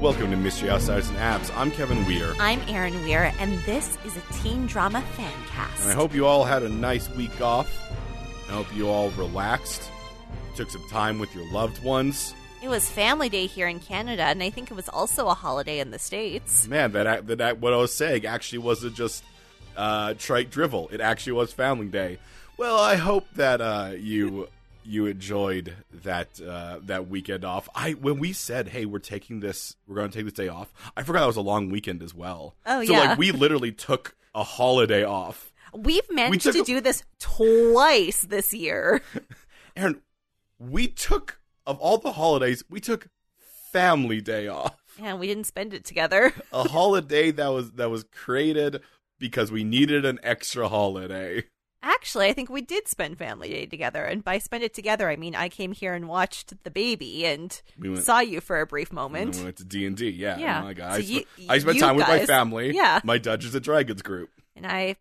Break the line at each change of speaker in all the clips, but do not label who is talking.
Welcome to Mystery Outsiders and Apps. I'm Kevin Weir.
I'm Erin Weir, and this is a teen drama fan cast.
And I hope you all had a nice week off. I hope you all relaxed, took some time with your loved ones.
it was Family Day here in Canada, and I think it was also a holiday in the States.
Man, that act- that act- what I was saying actually wasn't just uh, trite drivel. It actually was Foundling Day. Well, I hope that uh, you you enjoyed that uh, that weekend off. I when we said, "Hey, we're taking this, we're going to take this day off," I forgot that was a long weekend as well.
Oh,
so
yeah.
like we literally took a holiday off.
We've managed
took
to
a-
do this twice this year.
Aaron, we took of all the holidays, we took Family Day off.
And we didn't spend it together.
a holiday that was that was created because we needed an extra holiday.
Actually, I think we did spend Family Day together. And by spend it together, I mean I came here and watched the baby and
We went-
saw you for a brief
And
moment.
then we went to D and D. Yeah,
Yeah.
Oh my God,
So
I,
you-
sp- I spent
you
time with my
guys-
family.
yeah.
my Dungeons and Dragons group.
and I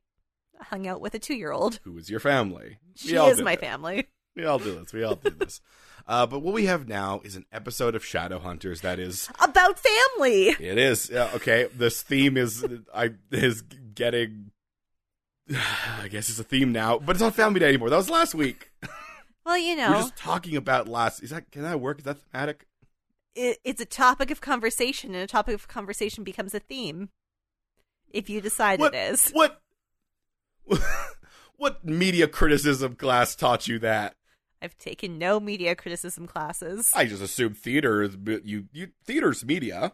hung out with a two year old.
Who is your family? We
She
all
is
did
my
it.
family.
We all do this. We all do this. Uh, but what we have now is an episode of Shadowhunters. That is,
About family.
it is yeah, okay. This theme is, I is getting. I guess it's a theme now, but it's not Family Day anymore. That was last week.
Well, you know.
We We're just talking about last. Is that can that work? Is that thematic?
it, it's a topic of conversation, and a topic of conversation becomes a theme if you decide
what,
it is.
What, what media criticism class taught you that?
I've taken no media criticism classes.
I just assumed theater is but you you theater's media.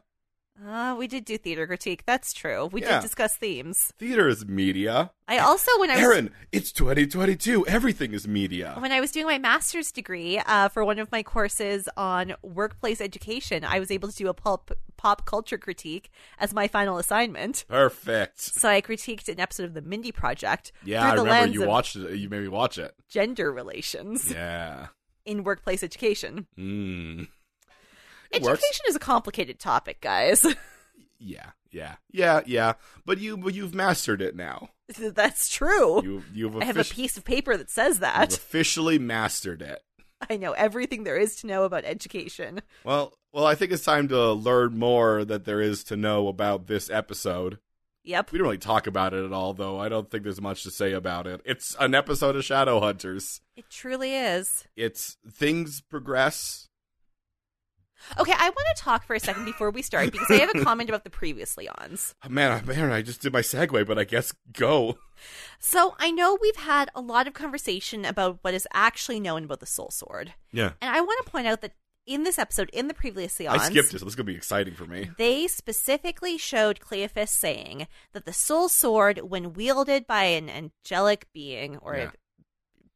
Uh, we did do theater critique. That's true. We
Yeah.
did discuss themes.
Theater is media.
I also when I was
Aaron, it's 2022. Everything is media.
when I was doing my master's degree uh, for one of my courses on workplace education, I was able to do a pulp, pop culture critique as my final assignment.
Perfect.
So I critiqued an episode of the Mindy Project
Yeah,
through
I
the
remember
lens
you
of
watched it. You made me watch it.
gender relations
Yeah.
in workplace education.
Mm. It
Education
works.
is a complicated topic, guys.
Yeah. Yeah. Yeah. Yeah. But you but you've mastered it now.
That's true.
You you've
I have a
offici-
piece of paper that says
you've
that.
officially mastered it.
I know everything there is to know about education.
Well, well, I think it's time to learn more that there is to know about this episode.
Yep.
We didn't really talk about it at all, though. I don't think there's much to say about it. It's an episode of Shadowhunters.
It truly is.
It's things progress.
Okay, I want to talk for a second before we start because I have a comment about the previously ons.
Oh, man, I- man, I just did my segue, but I guess go.
So I know we've had a lot of conversation about what is actually known about the Soul Sword.
Yeah,
And I want to point out that in this episode, in the previously ons,
I skipped it. So this is gonna be exciting for me.
They specifically showed Cleophas saying that the soul sword, when wielded by an angelic being or
Yeah.
a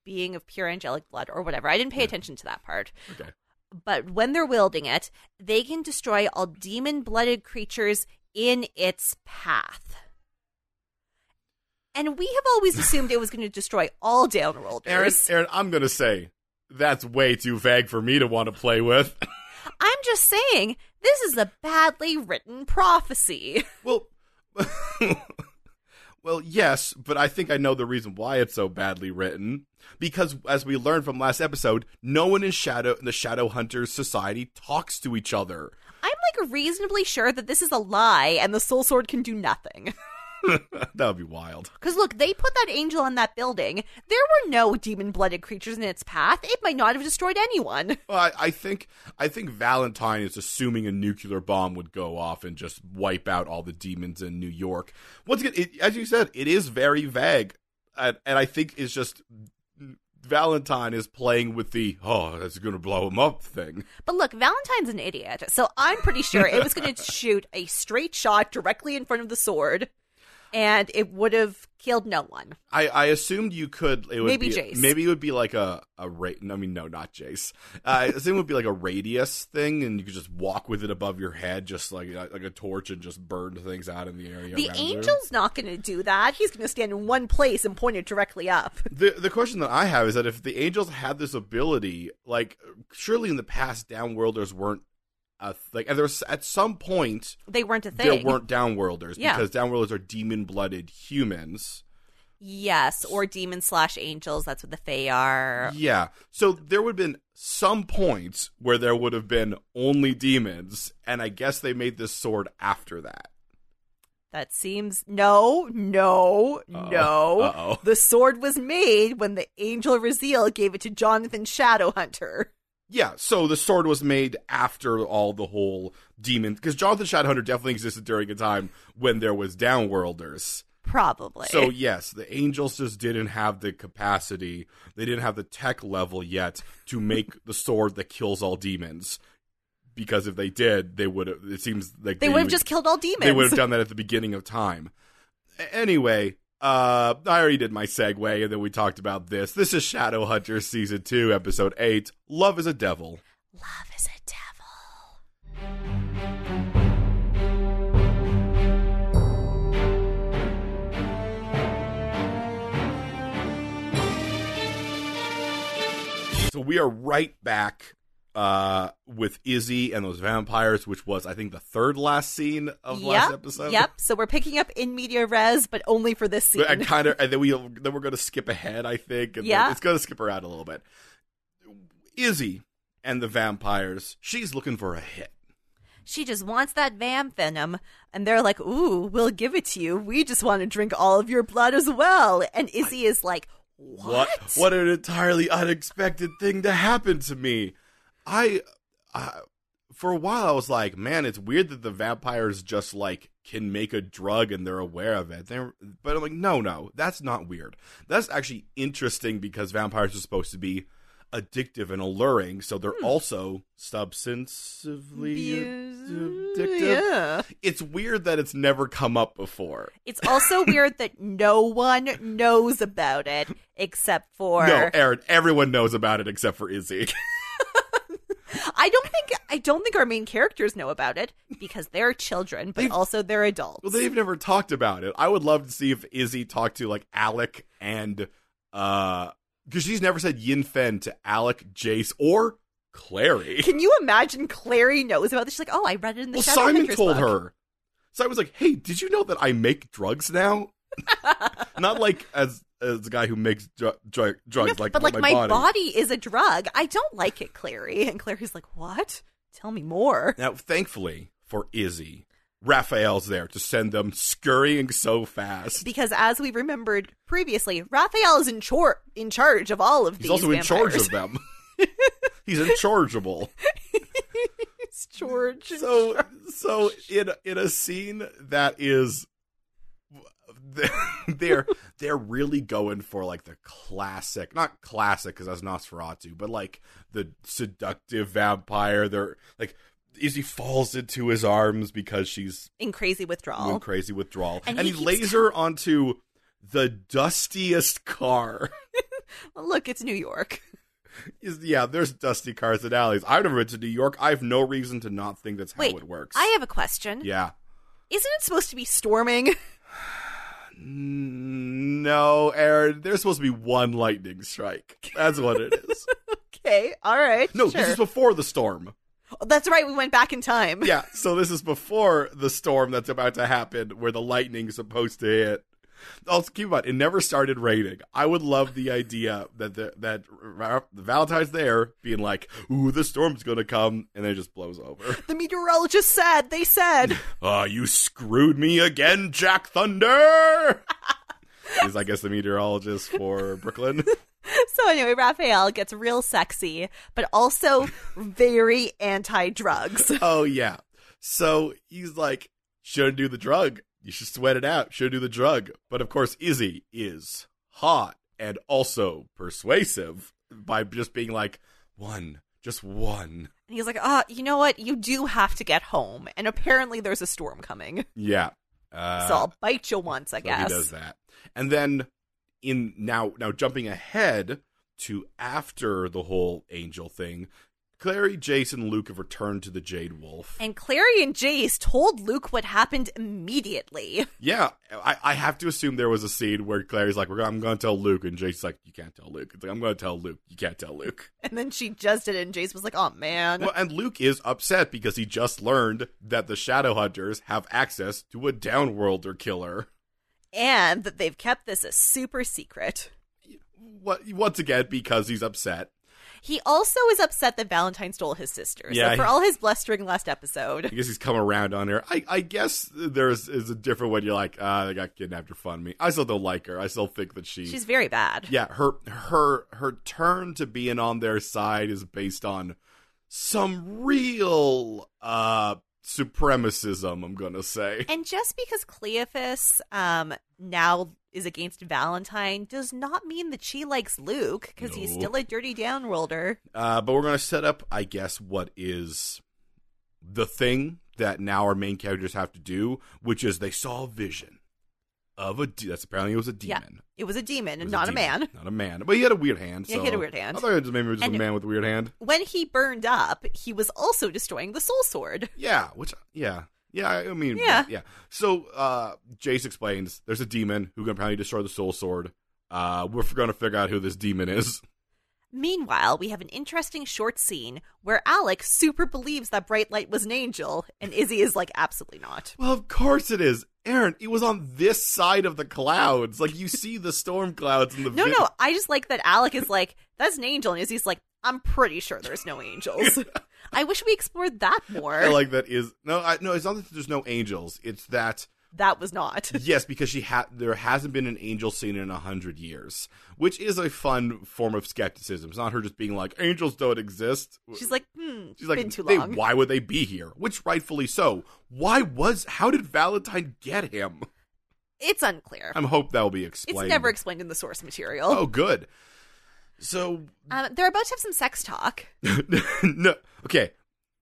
being of pure angelic blood or whatever, I didn't pay
Yeah.
attention to that part.
Okay.
But when they're wielding it, they can destroy all demon blooded creatures in its path. And we have always assumed it was going to destroy all downworlders.
Aaron, Aaron, I'm gonna say that's way too vague for me to want to play with.
I'm just saying, this is a badly written prophecy.
Well, well, yes, but I think I know the reason why it's so badly written. Because as we learned from last episode, no one in Shadow in the Shadow Hunters Society talks to each other.
I'm like reasonably sure that this is a lie and the soul sword can do nothing.
that would be wild.
Because look, they put that angel on that building. There were no demon blooded creatures in its path. It might not have destroyed anyone.
Well, I, I think I think Valentine is assuming a nuclear bomb would go off and just wipe out all the demons in New York. Once again, it, as you said, it is very vague, and, and I think it's just Valentine is playing with the oh, that's going to blow him up thing.
But look, Valentine's an idiot, so I'm pretty sure it was going to shoot a straight shot directly in front of the sword and it would have killed no one.
I, I assumed you could. It would
Maybe
be,
Jace.
Maybe it would be like a a ra- I mean, no, not Jace. Uh, I assume it would be like a radius thing, and you could just walk with it above your head, just like uh, like a torch, and just burn things out in the area.
The
around you.
angel's not going to do that. He's going to stand in one place and point it directly up.
The the question that I have is that if the angels had this ability, like surely in the past, downworlders weren't. A th- like and there's at some point
They weren't a thing.
there weren't downworlders
Yeah.
because downworlders are demon blooded humans.
Yes, or demons slash angels. That's what the Fae are.
Yeah. So there would have been some points where there would have been only demons, and I guess they made this sword after that.
That seems no, no,
Uh-oh.
no.
Uh-oh.
The sword was made when the angel Raziel gave it to Jonathan Shadowhunter.
Yeah, so the sword was made after all the whole demon because Jonathan Shadowhunter definitely existed during a time when there was downworlders.
Probably.
So yes, the angels just didn't have the capacity. They didn't have the tech level yet to make the sword that kills all demons. Because if they did, they would. have It seems like
they would have just killed all demons.
They would have done that at the beginning of time. A- Anyway, uh, I already did my segue, and then we talked about this. This is Shadowhunter season two, episode eight. Love is a devil.
Love is a devil.
So we are right back uh, with Izzy and those vampires, which was I think the third last scene of last episode.
Yep. So we're picking up in media res, but only for this scene.
And kind of, and then we then we're going to skip ahead, I think. And
Yeah.
then it's going to skip around a little bit. Izzy and the vampires. She's looking for a hit.
She just wants that vamp venom, and they're like, "Ooh, we'll give it to you. We just want to drink all of your blood as well." And Izzy is like, "What?
What? What an entirely unexpected thing to happen to me. I, I, for a while, I was like, man, it's weird that the vampires just like can make a drug and they're aware of it. They're, but I'm like, no, no, that's not weird. That's actually interesting because vampires are supposed to be addictive and alluring, so they're
Hmm.
also substantively
Abuse-
addictive.
Yeah.
It's weird that it's never come up before.
It's also weird that no one knows about it except for
no, eh. Aaron, everyone knows about it except for Izzy.
I don't think I don't think our main characters know about it because they're children, but
They've-
also they're adults.
Well, they've never talked about it. I would love to see if Izzy talked to like Alec and uh because she's never said Yin Fen to Alec, Jace, or Clary.
Can you imagine Clary knows about this? She's like, "Oh, I read it in the
Well,
Shadow
Simon
Hunters
told
book."
her. Simon was like, "Hey, did you know that I make drugs now? Not like as as a guy who makes dr- dr- drugs,
No,
like
but like my,
body.
body. is a drug. I don't like it, Clary. And Clary's like, what? Tell me more.
Now, thankfully for Izzy, Raphael's there to send them scurrying so fast.
Because as we remembered previously, Raphael is in, chor- in charge of all of
He's
these.
also in charge of
vampires.
them. He's in chargeable.
He's George.
so so in in a scene that is they're they're really going for like the classic not classic because that's nosferatu but like the seductive vampire they're like izzy falls into his arms because she's
in crazy
doing
withdrawal.
crazy withdrawal
Oh. And
and,
he
he,
keeps
lays her onto the dustiest car
Look, it's New York.
Is- yeah there's dusty cars in alleys i've never been to new york i have no reason to not think that's how
Wait,
it works
I have a question.
yeah
Isn't it supposed to be storming?
Mm, No, Aaron, there's supposed to be one lightning strike. That's what it is.
okay, all right.
No,
sure.
this is before the storm.
Oh, That's right. We went back in time.
Yeah, so this is before the storm that's about to happen where the lightning's supposed to hit. Also, keep in mind, it never started raining. I would love the idea that the, that Ra- Valentine's there being like, ooh, the storm's going to come, and then it just blows over.
The meteorologist said. They said.
Ah, you screwed me again, Jack Thunder! is, I guess, the meteorologist for Brooklyn.
So anyway, Raphael gets real sexy, but also very anti-drugs.
oh yeah. So he's like, shouldn't do the drug. You should sweat it out. Should do the drug. But of course, Izzy is hot and also persuasive by just being like one, just one.
And he's like, "Uh, you know what? You do have to get home." And apparently, there's a storm coming,
Yeah. Uh,
so I'll bite you once, I
so he
guess.
does that, and then in now now jumping ahead to after the whole angel thing, Clary, Jason, and Luke have returned to the Jade Wolf.
And Clary and Jace told Luke what happened immediately.
Yeah, I, I have to assume there was a scene where Clary's like, "We're gonna- I'm going to tell Luke, and Jake's like, you can't tell Luke. It's like, I'm going to tell Luke. You can't tell Luke.
And then she just did it, and Jace was like, "Oh man."
Well, and Luke is upset because he just learned that the Shadowhunters have access to a Downworlder killer.
and that they've kept this a super secret.
What once again because he's upset.
He also is upset that Valentine stole his sister.
Yeah,
so for
he-
all his blustering last
I
episode,
guess he's come around on her. I, I guess there's is a different way. You're like, ah, they got kidnapped or fund me. I still don't like her. I still think that she,
she's very bad.
yeah, her her her turn to being on their side is based on some real uh supremacism. I'm gonna say.
And just because Cleophas um, now is against Valentine does not mean that she likes Luke because he's
No.
still a dirty downworlder.
Uh, but we're going to set up, I guess, what is the thing that now our main characters have to do, which is they saw a vision of a. De- that's apparently it was a
Yeah.
demon,
It was a demon
It was
and not a,
demon.
man.
not a man. But he had a weird hand.
Yeah, he
so-
had a weird hand.
I thought it was maybe it was just
And-
a man with a weird hand.
When he burned up, he was also destroying the soul sword.
Yeah, which yeah. Yeah, I I mean,
Yeah.
yeah. So, uh, Jace explains there's a demon who can apparently destroy the soul sword. Uh, we're going to figure out who this demon is.
Meanwhile, we have an interesting short scene where Alec super believes that Bright Light was an angel, and Izzy is like, absolutely not.
Well, of course it is. Aaron, it was on this side of the clouds. Like you see the storm clouds in the
No,
vid-
no, I just like that Alec is like, that's an angel, and Izzy's like, I'm pretty sure there's no angels. I wish we explored that more.
I like that is no, I, no. It's not that there's no angels. It's that
that was not.
yes, because she had there hasn't been an angel seen in a hundred years, which is a fun form of skepticism. It's not her just being like angels don't exist.
She's like, hmm,
She's like,
been too
they,
long.
why would they be here? Which rightfully so. Why was how did Valentine get him?
it's unclear.
I'm hope that will be
it's
explained.
never explained in the source material.
oh good. So
Um, they're about to have some sex talk.
no. Okay.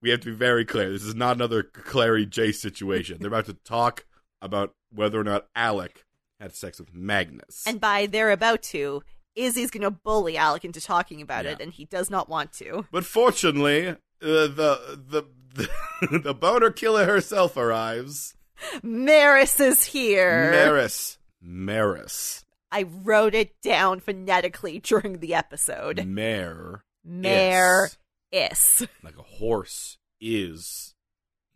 We have to be very clear. This is not another Clary J situation. They're about to talk about whether or not Alec had sex with Magnus.
And by they're about to, Izzy's going to bully Alec into talking about
Yeah.
it, and he does not want to.
but fortunately, uh, the the the, the boner killer herself arrives.
Maris is here.
Maris. Maris.
I wrote it down phonetically during the episode.
Mare.
Maris.
Is. Like a horse is.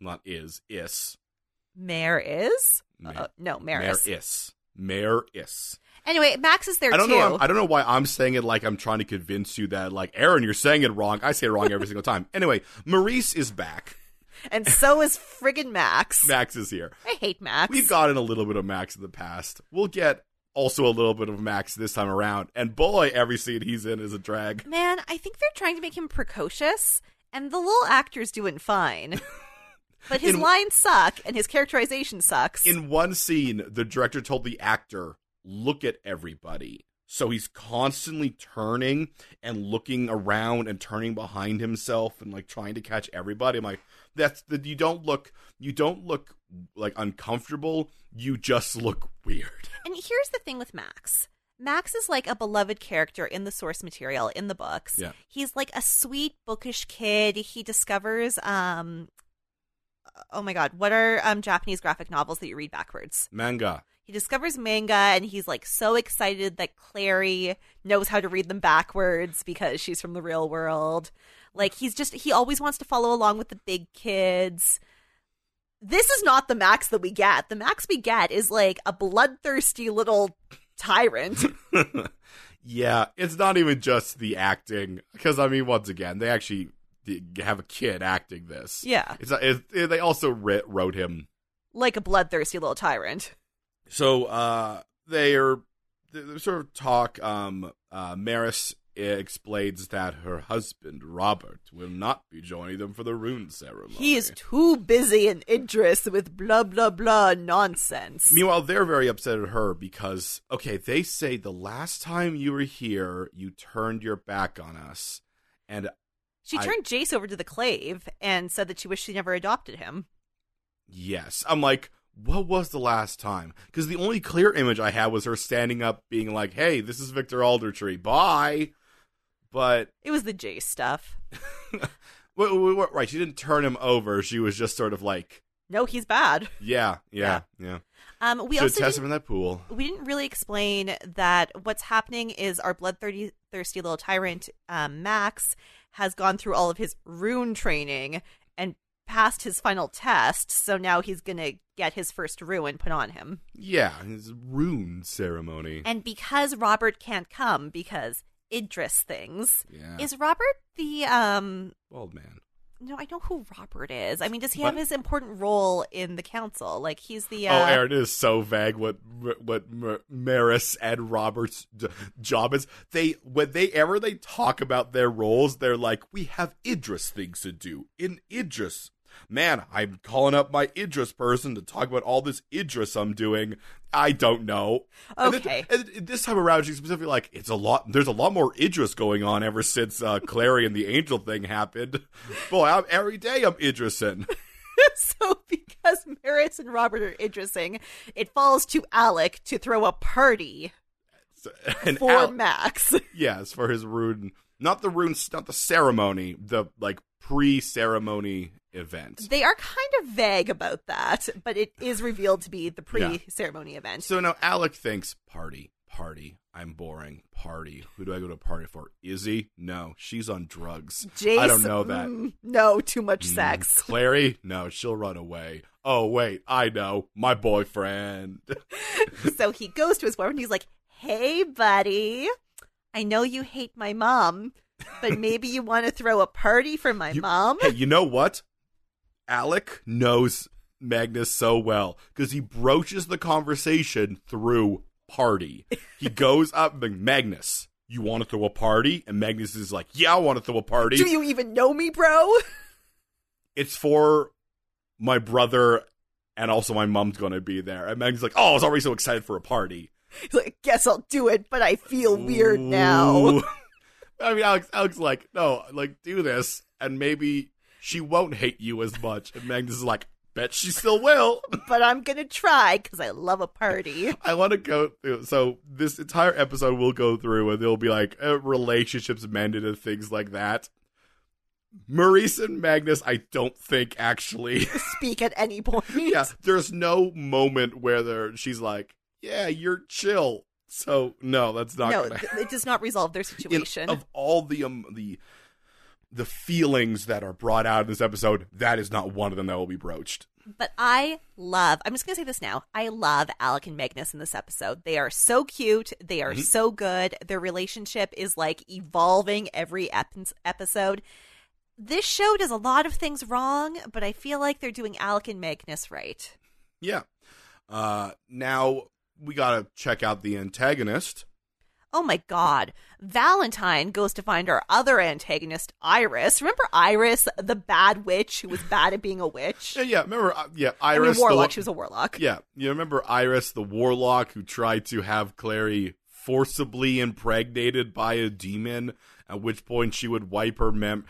Not is. Is.
Mare is?
Ma-
Uh, no, Maris.
Mare is. Mare is.
Anyway, Max is there
I don't
too.
know. I'm, I don't know why I'm saying it like I'm trying to convince you that, like, Aaron, you're saying it wrong. I say it wrong every single time. Anyway, Maurice is back.
and so is friggin' Max.
Max is here.
I hate Max.
We've gotten a little bit of Max in the past. We'll get also a little bit of Max this time around. And boy, every scene he's in is a drag.
Man, I think they're trying to make him precocious, and the little actor's doing fine. but his
In-
lines suck, and his characterization sucks.
In one scene, the director told the actor, "Look at everybody." So he's constantly turning and looking around and turning behind himself and like trying to catch everybody. I'm like, that's that you don't look you don't look like uncomfortable. You just look weird.
and here's the thing with Max. Max is like a beloved character in the source material in the books.
Yeah.
He's like a sweet bookish kid. He discovers um oh my god, what are um Japanese graphic novels that you read backwards?
Manga.
He discovers manga and he's like so excited that Clary knows how to read them backwards because she's from the real world. Like he's just he always wants to follow along with the big kids. This is not the max that we get. The max we get is like a bloodthirsty little tyrant.
yeah, it's not even just the acting because I mean, once again, they actually did have a kid acting this.
yeah.
It's, it's, they also writ, wrote him
Like a bloodthirsty little tyrant.
So uh, they are they they sort of talk. Um, uh, Maris explains that her husband Robert will not be joining them for the rune ceremony.
He is too busy and interested with blah blah blah nonsense.
Meanwhile, they're very upset at her because okay, they say the last time you were here, you turned your back on us, and
She
I-
turned Jace over to the clave and said that she wished she never adopted him.
yes, I'm like. What was the last time? Because the only clear image I had was her standing up, being like, "Hey, this is Victor Aldertree. Bye." But
It was the Jace stuff.
Wait, wait, wait, right, she didn't turn him over. She was just sort of like,
No, he's bad.
yeah, yeah, yeah.
Um, we
Should
also
test
didn't,
him in that pool.
we didn't really explain that what's happening is our bloodthirsty thirsty little tyrant um, Max has gone through all of his rune training and passed his final test, so now he's gonna get his first ruin put on him.
Yeah, his rune ceremony.
And because Robert can't come because Idris things,
Yeah.
is Robert the um?
Bald man.
No, I know who Robert is. I mean, does he
What?
have his important role in the council? Like he's the uh,
Oh, Aaron, it is so vague what what Mar- Maris and Robert's j- job is. They when they ever they talk about their roles, they're like, "We have Idris things to do in Idris." Man, I'm calling up my Idris person to talk about all this Idris I'm doing. I don't know. And then-
Okay.
And, this time around, she's specifically like, "It's a lot. There's a lot more Idris going on ever since uh, Clary and the Angel thing happened. Boy, I'm, every day I'm Idrisin."
so because Maris and Robert are interesting, it falls to Alec to throw a party
So- and
for
out.
Max.
Yes, for his rune, not the rune, not the ceremony, the like pre-ceremony event.
They are kind of vague about that, but it is revealed to be the pre-ceremony event.
So now Alec thinks party, party. I'm boring. Party. Who do I go to a party for? Izzy? No, she's on drugs.
Jace,
I don't know that.
mm, no, too much sex.
Clary? No, she'll run away. Oh wait, I know. My boyfriend.
so he goes to his boyfriend. He's like, "Hey, buddy, I know you hate my mom, but maybe you want to throw a party for my
You-
mom."
hey, you know what? Alec knows Magnus so well because he broaches the conversation through party. He goes up and Magnus, you want to throw a party? And Magnus is like, yeah, I want to throw a party.
Do you even know me, bro?
it's for my brother and also my mom's going to be there. And Magnus is like, oh, I was already so excited for a party.
He's like, "Guess I'll do it, but I feel weird now."
Ooh. I mean, Alex, Alex, is like, no, like, do this, and maybe she won't hate you as much. And Magnus is like, bet she still will.
But I'm gonna try because I love a party.
I want to go through. So this entire episode will go through, and there'll be like uh, relationships mended and things like that. Maurice and Magnus, I don't think actually.
Speak at any point.
yeah, there's no moment where there she's like, "Yeah, you're chill." So no, that's not.
no,
gonna
th- it does not resolve their
in-
situation.
of all the um, the the feelings that are brought out in this episode, that is not one of them that will be broached.
But I love, I'm just going to say this now. I love Alec and Magnus in this episode. They are so cute. They
Mm-hmm.
are so good. Their relationship is like evolving every ep- episode. This show does a lot of things wrong, but I feel like they're doing Alec and Magnus right.
Yeah. Uh, now we gotta check out the antagonist.
Oh my God. Valentine goes to find our other antagonist, Iris. Remember Iris, the bad witch who was bad at being a witch?
Yeah, yeah. Remember, uh, yeah,
I mean,
Iris.
warlock. She
The,
was a warlock.
yeah, you remember Iris, the warlock who tried to have Clary forcibly impregnated by a demon. At which point, she would wipe her mem.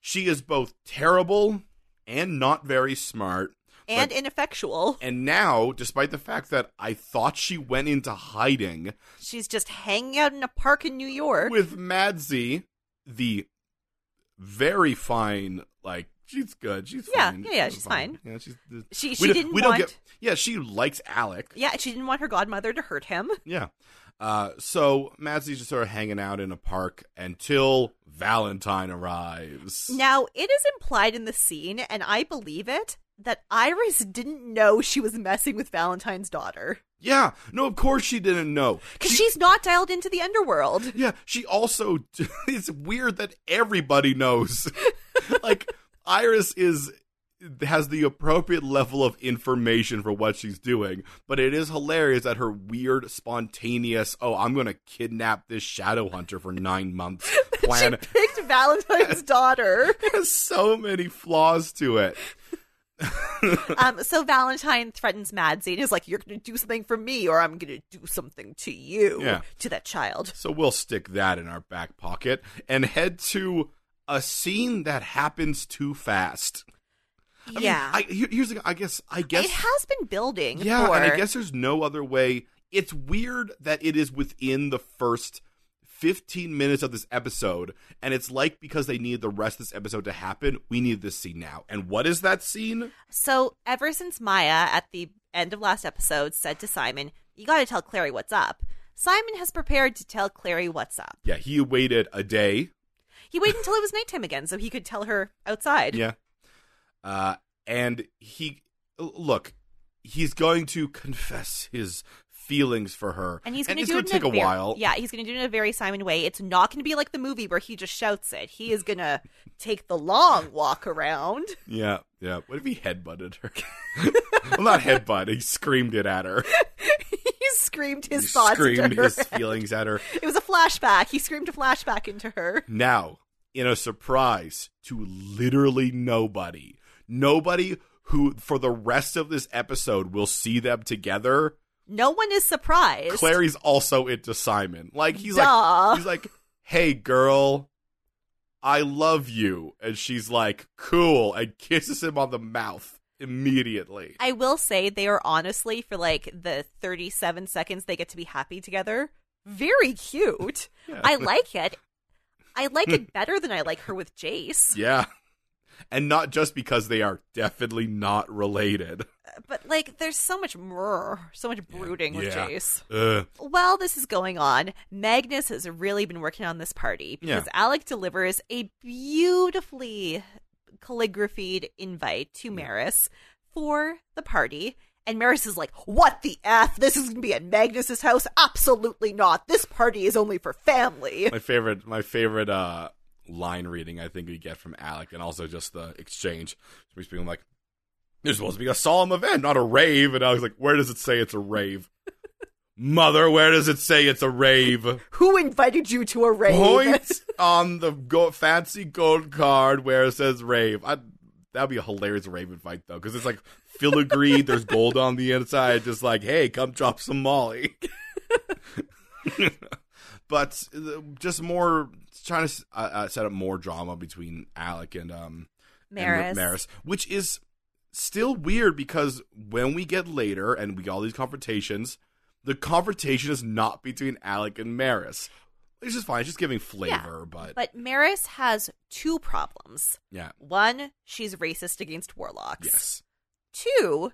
She is both terrible and not very smart.
and ineffectual.
And now, despite the fact that I thought she went into hiding
She's just hanging out in a park in New York.
with Madsy, the very fine, like she's good, she's
Yeah,
fine.
yeah, yeah, she's fine.
Yeah, she's.
She-
we
she
don't-
didn't
we don't
want-
get. Yeah, she likes Alec.
Yeah, she didn't want her godmother to hurt him.
Yeah. Uh, so Madsy's just sort of hanging out in a park until Valentine arrives.
Now, it is implied in the scene, and I believe it, that Iris didn't know she was messing with Valentine's daughter.
Yeah, no, of course she didn't know.
Because
She-
she's not dialed into the underworld.
Yeah, she also. It's weird that everybody knows. like Iris is has the appropriate level of information for what she's doing, but it is hilarious that her weird, spontaneous. Oh, I'm gonna kidnap this shadow hunter for nine months.
She
Plan
picked Valentine's daughter.
has so many flaws to it.
Um, so Valentine threatens Madsy and is like, You're going to do something for me, or I'm going to do something to you,
Yeah.
to that child.
So we'll stick that in our back pocket and head to a scene that happens too fast. I
yeah.
mean, I, here- here's the, I guess I guess
it has been building.
Yeah,
for...
and I guess there's no other way. It's weird that it is within the first 15 minutes of this episode, and it's like because they needed the rest of this episode to happen, we need this scene now. And what is that scene?
So ever since Maya at the end of last episode said to Simon, "You got to tell Clary what's up." Simon has prepared to tell Clary what's up.
Yeah, he waited a day.
He waited until it was nighttime again so he could tell her outside.
Yeah. Uh, and he, look, he's going to confess his feelings for her.
And he's going to
it's
do
going
it
to
in
take a
very-
while.
Yeah, he's going to do it in a very Simon way. It's not going to be like the movie where he just shouts it. He is going to take the long walk around.
Yeah, yeah. What if he headbutted her? well, not headbutt. He screamed it at her.
he screamed his
he
thoughts
screamed
into her.
his feelings at her.
It was a flashback. He screamed a flashback into her.
Now, in a surprise to literally nobody, nobody who for the rest of this episode will see them together.
No one is surprised.
Clary's also into Simon. Like he's
Duh.
like he's like, "Hey girl, I love you," and she's like, "Cool," and kisses him on the mouth immediately.
I will say they are honestly for like the 37 seconds they get to be happy together, very cute.
Yeah.
I like it. I like it better than I like her with Jace.
Yeah. And not just because they are definitely not related.
But like there's so much myrrh, so much brooding with
Yeah.
Jace.
Ugh.
While this is going on, Magnus has really been working on this party because Alec delivers a beautifully calligraphied invite to Maris for the party. And Maris is like, What the F? This is going to be at Magnus's house? Absolutely not. This party is only for family.
my favorite my favorite uh line reading I think we get from Alec and also just the exchange. We're speaking like there's supposed to be a solemn event, not a rave, and I was like, Where does it say it's a rave? Mother, where does it say it's a rave?
Who invited you to a rave?
Point on the go- fancy gold card where it says rave. I, that'd be a hilarious rave invite though, because it's like filigree. there's gold on the inside. Just like, hey, come drop some Molly. but uh, just more trying to s- uh, uh, set up more drama between Alec and um and
Maris.
Maris, which is still weird because when we get later and we get all these confrontations, the confrontation is not between Alec and Maris. Which is fine, it's just giving flavor, but,
But Maris has two problems.
yeah.
One, she's racist against warlocks.
Yes.
Two,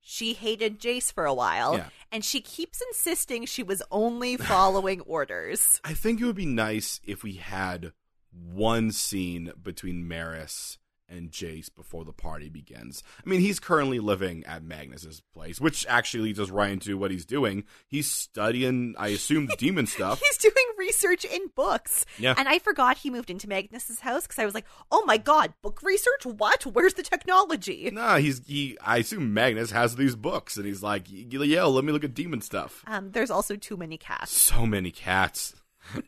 she hated Jace for a while,
Yeah.
and she keeps insisting she was only following orders.
I think it would be nice if we had one scene between Maris and Jace before the party begins. I mean, he's currently living at Magnus's place, which actually leads us right into what he's doing. He's studying, I assume, the demon stuff.
He's doing research in books.
Yeah.
And I forgot he moved into Magnus's house because I was like, oh my god, book research? What? Where's the technology?
No, he's he. I assume Magnus has these books, and he's like, "Yo, let me look at demon stuff."
Um, there's also too many cats.
So many cats.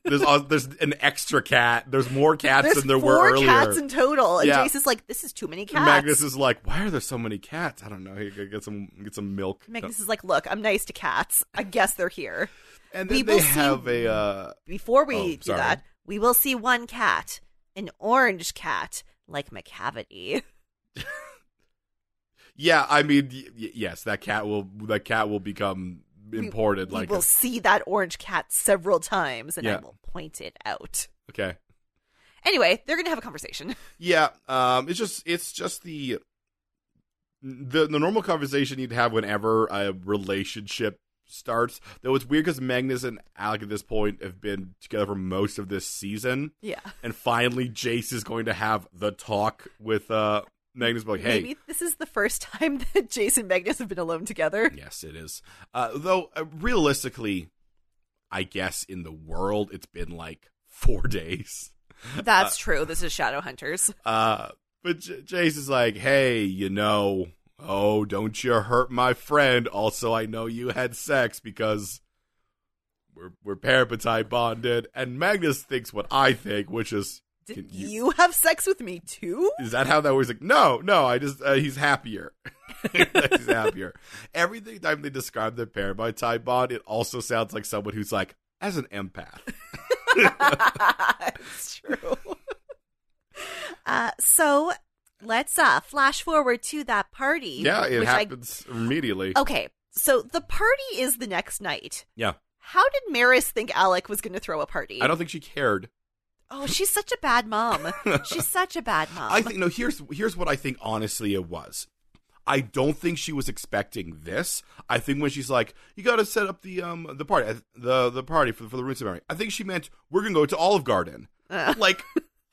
There's al- there's an extra cat. There's more cats
There's
than there
four
were earlier.
cats in total. And
Yeah.
Jace is like, this is too many
And
cats.
Magnus is like, "Why are there so many cats?" I don't know. Here, go get some get some milk.
Magnus is like, look, I'm nice to cats. I guess they're here.
And then
people
they
see-
have a. Uh,
before we
Oh,
do
sorry.
that, we will see one cat, an orange cat, like McCavity.
yeah, I mean, y- y- yes, that cat will that cat will become imported.
we
like,
will see that orange cat several times, and I
Yeah.
will point it out.
okay,
Anyway, they're gonna have a conversation.
Yeah, um, it's just it's just the the the normal conversation you'd have whenever a relationship starts. Though it's weird because Magnus and Alec at this point have been together for most of this season,
Yeah.
and finally Jace is going to have the talk with uh, Magnus. Like, hey,
Maybe this is the first time that Jason and Magnus have been alone together.
Yes, it is. Uh, though uh, realistically, I guess in the world it's been like four days.
That's true. This is Shadowhunters.
Uh, but J- Jace is like, hey, you know, oh, don't you hurt my friend. Also, I know you had sex because we're we're parapetite bonded. And Magnus thinks what I think, which is, Can
Did
you-
you... have sex with me too?
is that how that was? Like, no, no, I just uh, he's happier. he's happier. Every time they describe their parapetite bond, it also sounds like someone who's like, as an empath.
it's true. Uh, so let's uh, flash forward to that party.
Yeah, it
which I Oh.
happens immediately.
Okay, so the party is the next night.
Yeah.
How did Maris think Alec was going to throw a party?
I don't think she cared.
Oh, she's such a bad mom. she's such a bad mom.
I think no. Here's here's what I think. Honestly, it was. I don't think she was expecting this. I think when she's like, "You got to set up the um the party the the party for, for the room ceremony," I think she meant we're gonna go to Olive Garden.
Uh.
Like,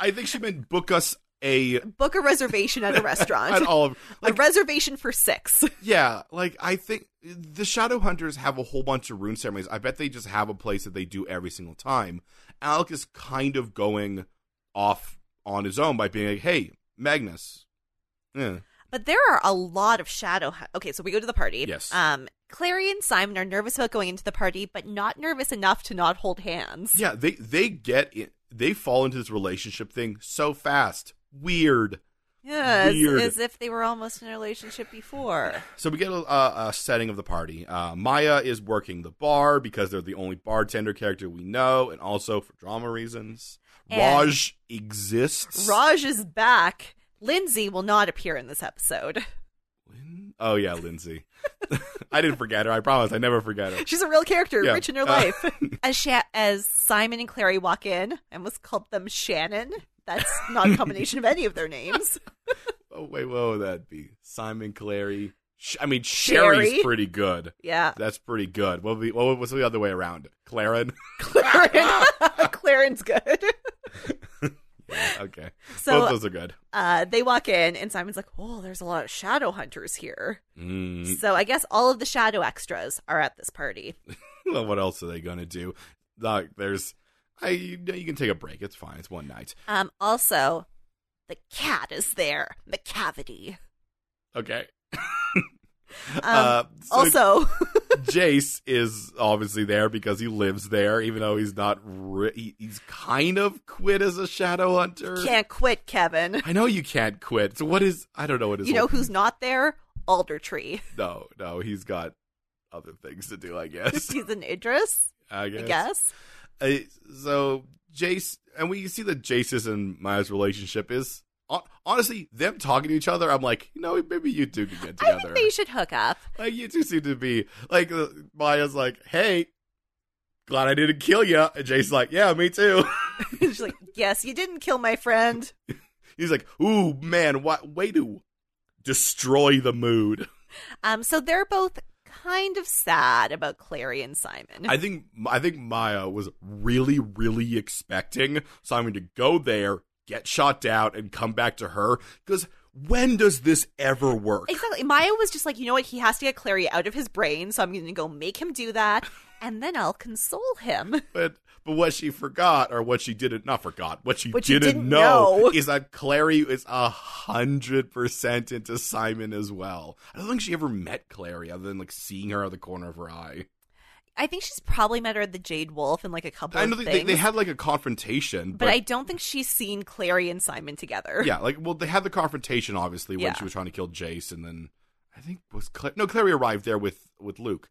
I think she meant book us a
Book a reservation at a restaurant.
at all of
a reservation for six.
Yeah, like I think the Shadowhunters have a whole bunch of rune ceremonies. I bet they just have a place that they do every single time. Alec is kind of going off on his own by being like, "Hey, Magnus." Yeah.
But there are a lot of shadow. hu- Okay, so we go to the party.
Yes.
Um, Clary and Simon are nervous about going into the party, but not nervous enough to not hold hands.
Yeah, they they get it. They fall into this relationship thing so fast. Weird.
Yeah, as,
Weird.
as if they were almost in a relationship before.
So we get a, a, a setting of the party. Uh, Maya is working the bar because they're the only bartender character we know, and also for drama reasons.
And-
Raj exists.
Raj is back. Lindsay will not appear in this episode.
Lin- Oh yeah, Lindsay. I didn't forget her. I promise. I never forget her.
She's a real character,
Yeah.
rich in her
Uh,
life. as Sha- as Simon and Clary walk in, I almost called them Shannon. That's not a combination of any of their names.
Oh wait, what would that be? Simon Clary. Sh- I mean, Sherry's
Sherry?
pretty good.
Yeah,
That's pretty good. What would be? What would- what's the other way around? Claren.
Claren. Claren's good.
okay.
So-
Both those are good.
Uh, they walk in, and Simon's like, "Oh, there's a lot of shadow hunters here."
Mm.
So I guess all of the shadow extras are at this party.
Well, what else are they gonna do? Like, there's. I you, you can take a break. It's fine. It's one night.
Um, also, the cat is there, McCavity.
Okay.
Um,
uh, so
also,
Jace is obviously there because he lives there, even though he's not. Ri- he, he's kind of quit as a shadow hunter.
can't quit, Kevin.
I know you can't quit. So what is? I don't know what is.
You know who's not there? Alder Tree.
No, no, he's got other things to do. I guess.
He's an Idris,
I guess.
I guess.
Uh, so Jace, and we see that Jace's and Maya's relationship is hon- honestly them talking to each other. I'm like, you know, maybe you two could get
I
together.
think they should hook up.
Like you two seem to be like uh, Maya's like, hey. Glad I didn't kill you. And Jace's like, yeah, me too.
She's like, "Yes, you didn't kill my friend."
He's like, ooh, man, what way to destroy the mood.
Um, so they're both kind of sad about Clary and Simon.
I think I think Maya was really, really expecting Simon to go there, get shot down, and come back to her. Because when does this ever work?
Exactly. Maya was just like, you know what? He has to get Clary out of his brain, so I'm going to go make him do that, and then I'll console him.
But but what she forgot, or what she didn't not forgot, what she
What she
didn't,
didn't
know,
know.
is that Clary is a hundred percent into Simon as well. I don't think she ever met Clary other than like seeing her out of the corner of her eye.
I think she's probably met her at the Jade Wolf and like a couple
I
of
know they,
things.
they, they had like a confrontation,
but,
but,
I don't think she's seen Clary and Simon together.
yeah, like well, they had the confrontation obviously when
Yeah.
she was trying to kill Jace, and then I think was Claire. No, Clary arrived there with with Luke.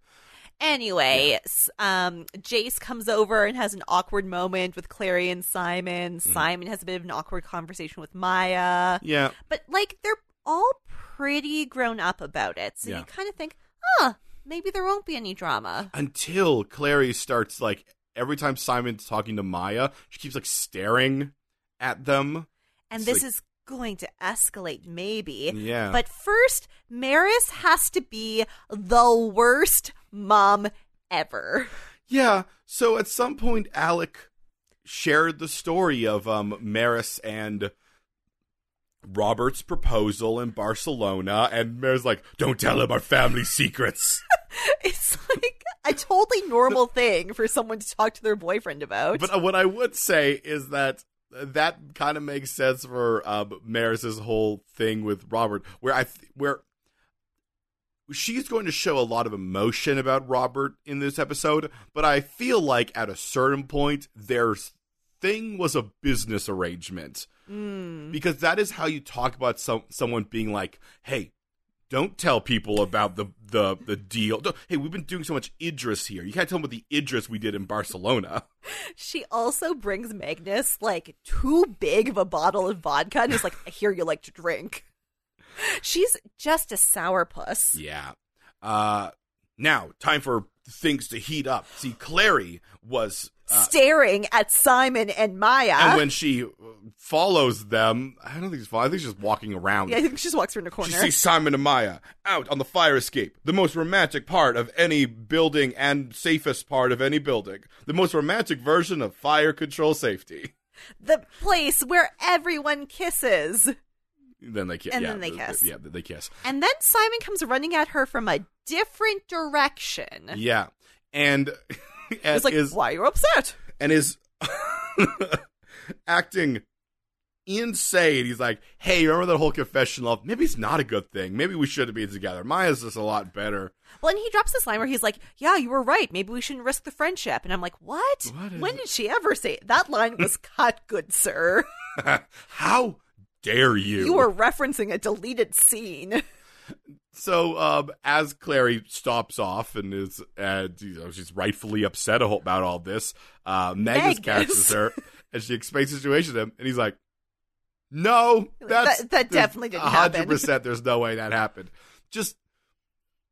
Anyway, s- um, Jace comes over and has an awkward moment with Clary and Simon.
Mm-hmm.
Simon has a bit of an awkward conversation with Maya.
Yeah,
But like they're all pretty grown up about it. So
Yeah.
you kind of think, huh, maybe there won't be any drama.
until Clary starts like every time Simon's talking to Maya, she keeps like staring at them.
And
It's
this
like-
is going to escalate, maybe.
Yeah.
But first, Maris has to be the worst mom ever.
Yeah. So at some point, Alec shared the story of um, Maris and Robert's proposal in Barcelona, and Maris like, "Don't tell him our family secrets."
It's like a totally normal thing for someone to talk to their boyfriend about.
But uh, what I would say is that uh, that kind of makes sense for um, Maris's whole thing with Robert, where I th- where she's going to show a lot of emotion about Robert in this episode. But I feel like at a certain point, their thing was a business arrangement
Mm.
because that is how you talk about some someone being like, "Hey, don't tell people about the the the deal. Don't- hey, we've been doing so much Idris here. You can't tell them about the Idris we did in Barcelona."
She also brings Magnus like too big of a bottle of vodka and is like, I hear you like to drink. She's just a sourpuss.
Yeah. Uh, now, time for things to heat up. See, Clary was. Uh,
Staring at Simon and Maya.
and when she follows them, I don't think she's following, I think she's just walking around.
yeah, I think she just walks around a corner.
she sees Simon and Maya out on the fire escape, the most romantic part of any building and safest part of any building, the most romantic version of fire control safety.
the place where everyone kisses.
Then they kiss.
And
yeah,
then they
th-
kiss.
Yeah, th- they kiss.
And then Simon comes running at her from a different direction.
Yeah, and and
It's like,
is
why are you upset?
and is acting insane. He's like, "Hey, remember that whole confession love? Maybe it's not a good thing. Maybe we should be together. Maya's just a lot better."
Well, and he drops this line where he's like, yeah, you were right. Maybe we shouldn't risk the friendship. And I'm like, what?
What is
when
it?
did she ever say that line was cut, good sir?
How dare you?
You are referencing a deleted scene.
so um, as Clary stops off and is and you know, she's rightfully upset a- about all this, uh, Magnus
Magnus.
catches her and she explains the situation to him, and he's like, "No, that's
That- that definitely didn't happen."
Hundred percent, there's no way that happened. Just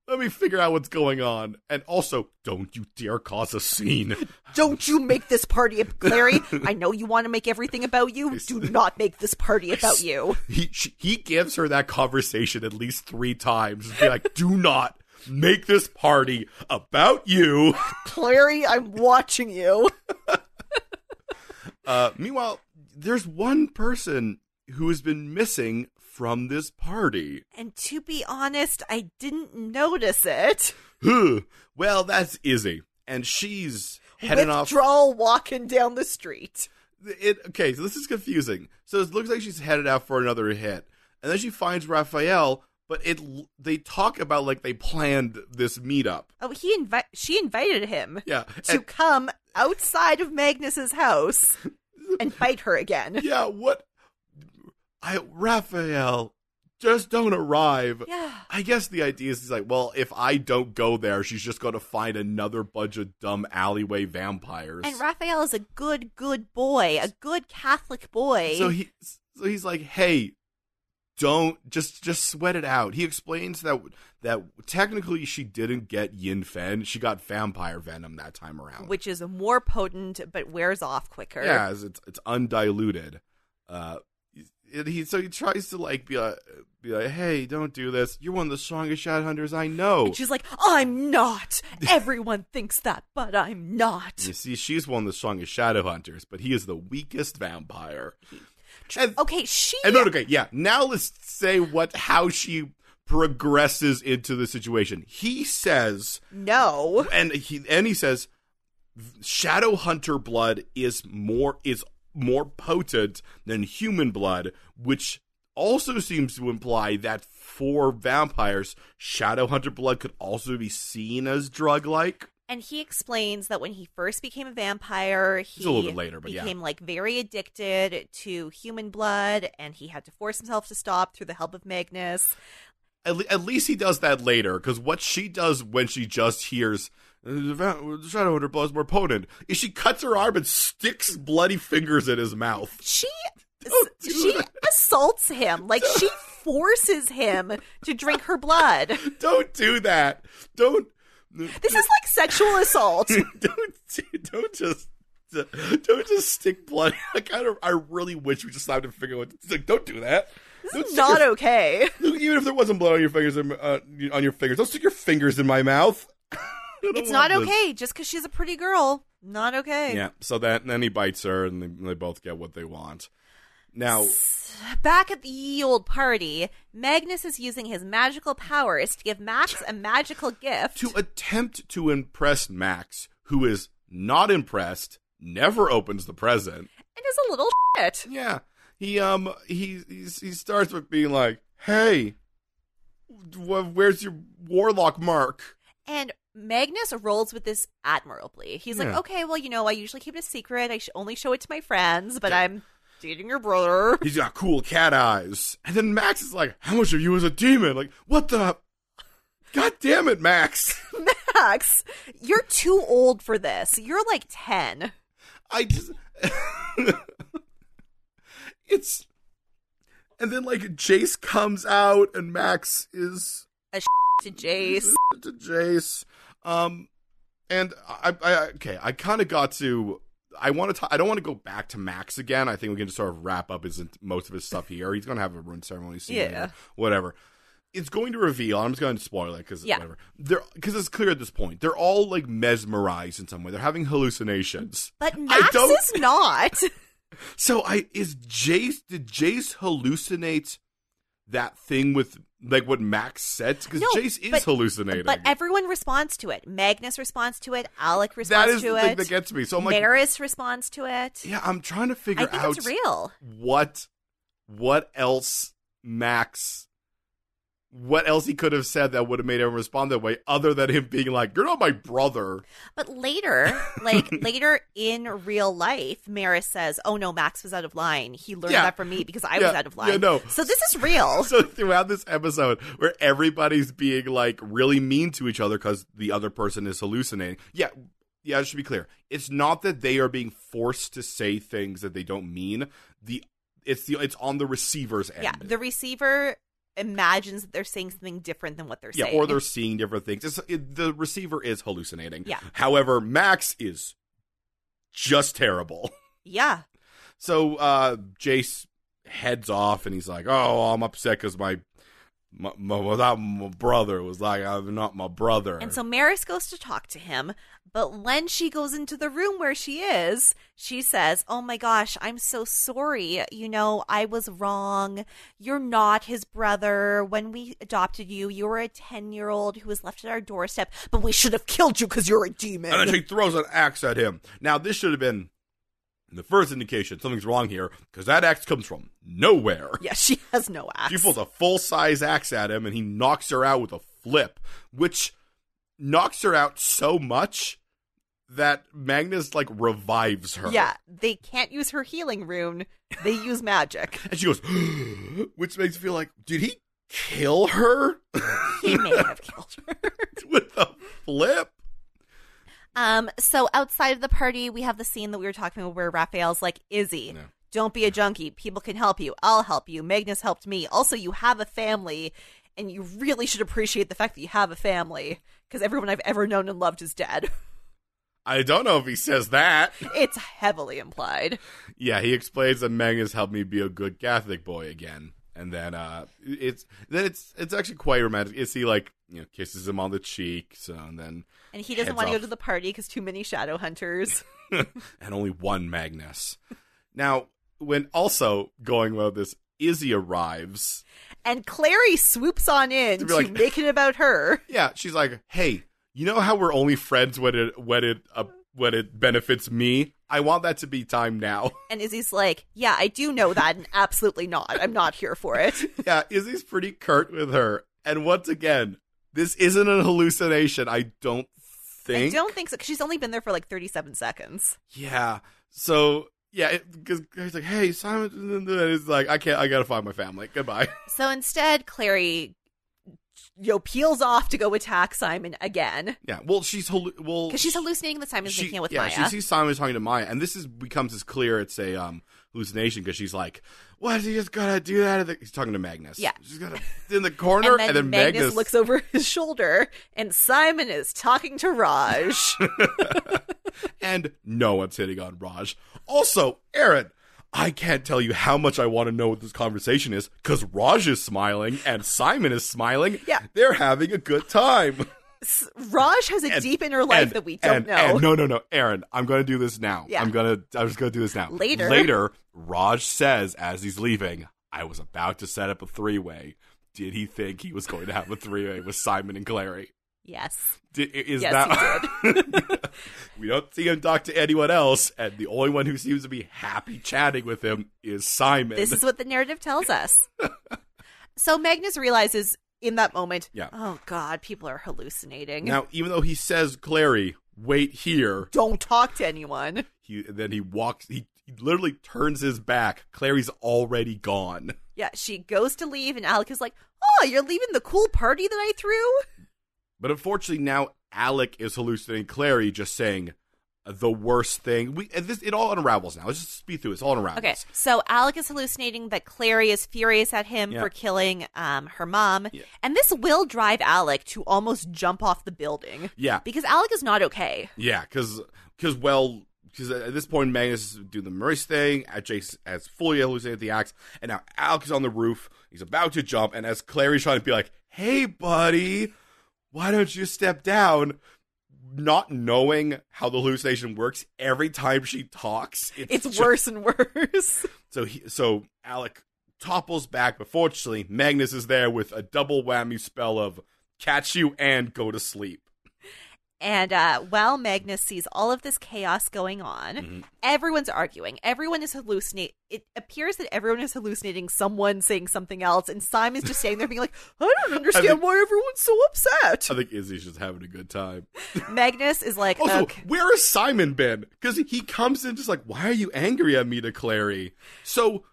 let me figure out what's going on, and also don't you dare cause a scene."
Don't you make this party, ab- Clary. I know you want to make everything about you. Do not make this party about you.
he she, he gives her that conversation at least three times. Be like, "Do not." Make this party about you.
Clary, I'm watching you.
Uh, meanwhile, there's one person who has been missing from this party.
And to be honest, I didn't notice it.
Huh. Well, that's Izzy, and she's heading off.
Withdrawal walking down the street.
it, okay, so this is confusing. So it looks like she's headed out for another hit, and then she finds Raphael. But it they talk about like they planned this meetup.
Oh, he invite she invited him
Yeah,
to
and-
come outside of Magnus's house and fight her again.
yeah. What? I Raphael, just don't arrive.
Yeah.
I guess the idea is he's like, well, if I don't go there, she's just going to find another bunch of dumb alleyway vampires.
And Raphael is a good, good boy, a good Catholic boy.
so he, so he's like, hey, don't just just sweat it out. He explains that that technically she didn't get Yin Fen, she got vampire venom that time around.
which is more potent but wears off quicker.
yeah, it's it's, it's undiluted. Uh, and he so he tries to like be like, be like, hey, don't do this. You're one of the strongest shot hunters I know.
And she's like, I'm not. Everyone thinks that, but I'm not.
You see, she's one of the strongest shadow hunters, but he is the weakest vampire. And,
Okay, she.
and no, okay, yeah. Now let's say what how she progresses into the situation. He says,
no.
and he and he says, shadow hunter blood is more is more potent than human blood, which also seems to imply that for vampires, shadow hunter blood could also be seen as drug like.
And he explains that when he first became a vampire, he
a little bit later, but yeah.
became like very addicted to human blood, and he had to force himself to stop through the help of Magnus.
At, le- at least he does that later, because what she does when she just hears "Uh, the va- the Shadowhunter blood is more potent is she cuts her arm and sticks bloody fingers in his mouth.
She
Don't do
she
that.
assaults him, like she forces him to drink her blood.
Don't do that. Don't.
This is like sexual assault.
don't do- don't just don't just stick blood. I kind of I really wish we just slapped a finger. With, it's like, don't do that. Don't
This is
stick
not
your-
okay.
even if there wasn't blood on your fingers uh, on your fingers. Don't stick your fingers in my mouth. I don't
It's not
want this.
okay just because she's a pretty girl. Not okay.
Yeah. So that then he bites her, and they, they both get what they want. Now,
Back at the ye old party, Magnus is using his magical powers to give Max a magical gift.
to attempt to impress Max, who is not impressed, never opens the present.
It is a little shit.
Yeah. He um he he's, he starts with being like, "Hey, wh- where's your warlock mark?"
And Magnus rolls with this admirably. He's like,
Yeah.
okay, well, you know, I usually keep it a secret. I sh- only show it to my friends, but I'm dating your brother.
He's got cool cat eyes. And then Max is like, "How much of you is a demon?" Like, "What the God damn it, Max."
Max, you're too old for this. You're like 10.
I just it's and then like Jace comes out and Max is
To Jace.
to Jace. Um and I, I okay, I kind of got to I want to. I don't want to go back to Max again. I think we can just sort of wrap up his most of his stuff here. He's going to have a rune ceremony soon.
Yeah.
later, whatever. It's going to reveal. I'm just going to spoil it because
Yeah.
whatever. They're because it's clear at this point. They're all like mesmerized in some way. They're having hallucinations.
But Max
don't-
is not.
So I is Jace did Jace hallucinate that thing with like what Max said because
No,
Jace is
but-
hallucinating.
But everyone responds to it. Magnus responds to it. Alec
that
responds
is
to
the
it.
thing that gets me. So I'm like,
Maris responds to it.
yeah, I'm trying to
I
figure
think
out
it's real.
what what else Max what else he could have said that would have made everyone respond that way other than him being like you're not my brother
But later, like later in real life, Maris says, "Oh no, Max was out of line. He learned
Yeah.
that from me because I
Yeah.
was out of line."
Yeah, no.
So this is real.
so throughout this episode where everybody's being like really mean to each other because the other person is hallucinating yeah yeah it should be clear it's not that they are being forced to say things that they don't mean the it's the it's on the receiver's end
yeah, the receiver imagines that they're saying something different than what they're
yeah
saying.
or they're seeing different things it's, it, the receiver is hallucinating
Yeah.
however max is just terrible
yeah,
so uh jace heads off and he's like oh i'm upset because my my, my, without my brother was like i'm not my brother
and so Maris goes to talk to him, but when she goes into the room where she is, she says, "Oh my gosh, I'm so sorry. You know, I was wrong. You're not his brother. When we adopted you, you were a 10-year-old who was left at our doorstep, but we should have killed you cuz you're a demon."
and then she throws an axe at him now this should have been the first indication something's wrong here because that axe comes from nowhere
yeah, she has no axe.
She pulls a full size axe at him and he knocks her out with a flip, which knocks her out so much that Magnus like revives her.
Yeah, they can't use her healing rune. They use magic.
And she goes, which makes me feel like, did he kill her
He may have killed her.
with a flip?
Um, so outside of the party, we have the scene that we were talking about where Raphael's like, Izzy,
Yeah.
don't be a junkie. People can help you. I'll help you. Magnus helped me. Also, you have a family, and you really should appreciate the fact that you have a family because everyone I've ever known and loved is dead.
I don't know if he says that.
it's heavily implied.
Yeah, he explains that Magnus helped me be a good Catholic boy again. And then uh it's then it's it's actually quite romantic. Is he like, you know, kisses him on the cheek, so and then
And he doesn't
Heads
want to go
off.
to the party because too many shadow hunters.
and only one Magnus. Now, when also going about this, Izzy arrives.
and Clary swoops on in
To
to,
be like-
make it about her.
Yeah, she's like, "Hey, you know how we're only friends when it when it uh, when it benefits me? I want that to be time now."
And Izzy's like, Yeah, I do know that, and absolutely not. I'm not here for it.
yeah, Izzy's pretty curt with her. And once again, this isn't an hallucination. I don't
I
think.
don't think so. 'cause she's only been there for like 37 seconds.
Yeah. So. Yeah, because he's like, "Hey, Simon," and it's like, "I can't. I gotta find my family. Goodbye."
So instead, Clary, you know, peels off to go attack Simon again
Yeah. Well, she's hallu- well,
because she's hallucinating that Simon's making it with
yeah,
Maya.
she sees Simon talking to Maya, and this is becomes as clear it's a um, hallucination because she's like, "What? He just gotta do that?" at the-" He's talking to Magnus.
Yeah.
she's got in the corner,
and
and
then,
then,
Magnus,
Magnus,
looks over his shoulder, and Simon is talking to Raj.
and no one's hitting on Raj. Also, Aaron. I can't tell you how much I want to know what this conversation is because Raj is smiling and Simon is smiling.
Yeah.
They're having a good time.
S- Raj has a
And-
deep inner life
and-
that we don't
and-
know.
and- no, no, no, Aaron, I'm going to do this now.
Yeah.
I'm going to. I'm just going to do this now.
Later.
later, Raj says as he's leaving, "I was about to set up a three way. Did he think he was going to have a three way with Simon and Clary?
yes.
Did, i- is
Yes,
that? we don't see him talk to anyone else, and the only one who seems to be happy chatting with him is Simon.
This is what the narrative tells us. so Magnus realizes in that moment,
Yeah.
oh God, people are hallucinating.
now, even though he says Clary, wait here.
Don't talk to anyone.
He then he walks. He, he literally turns his back. Clary's already gone.
Yeah, she goes to leave, and Alec is like, oh, you're leaving the cool party that I threw?
But unfortunately, now Alec is hallucinating Clary, just saying the worst thing. We and this it all unravels now. Let's just speed through. it. It's all unravels.
Okay, so Alec is hallucinating that Clary is furious at him
Yeah.
for killing um, her mom.
Yeah.
And this will drive Alec to almost jump off the building
Yeah,
because Alec is not okay.
yeah, because because well. Because at this point, Magnus is doing the Maurice thing. uh, Jace has fully hallucinated the axe, and now Alec is on the roof. He's about to jump, and as Clary's trying to be like, "Hey, buddy, why don't you step down?" not knowing how the hallucination works every time she talks it's,
It's
just-
worse and worse.
so he, so alec topples back but fortunately magnus is there with a double whammy spell of catch you and go to sleep
And uh, while Magnus sees all of this chaos going on,
Mhm.
everyone's arguing. Everyone is hallucinating. It appears that everyone is hallucinating someone saying something else, and Simon's just standing there being like, I don't understand
think-
why everyone's so upset.
i think izzy's just having a good time
Magnus is like,
also
okay.
where has simon been because he comes in just like why are you angry at me to clary so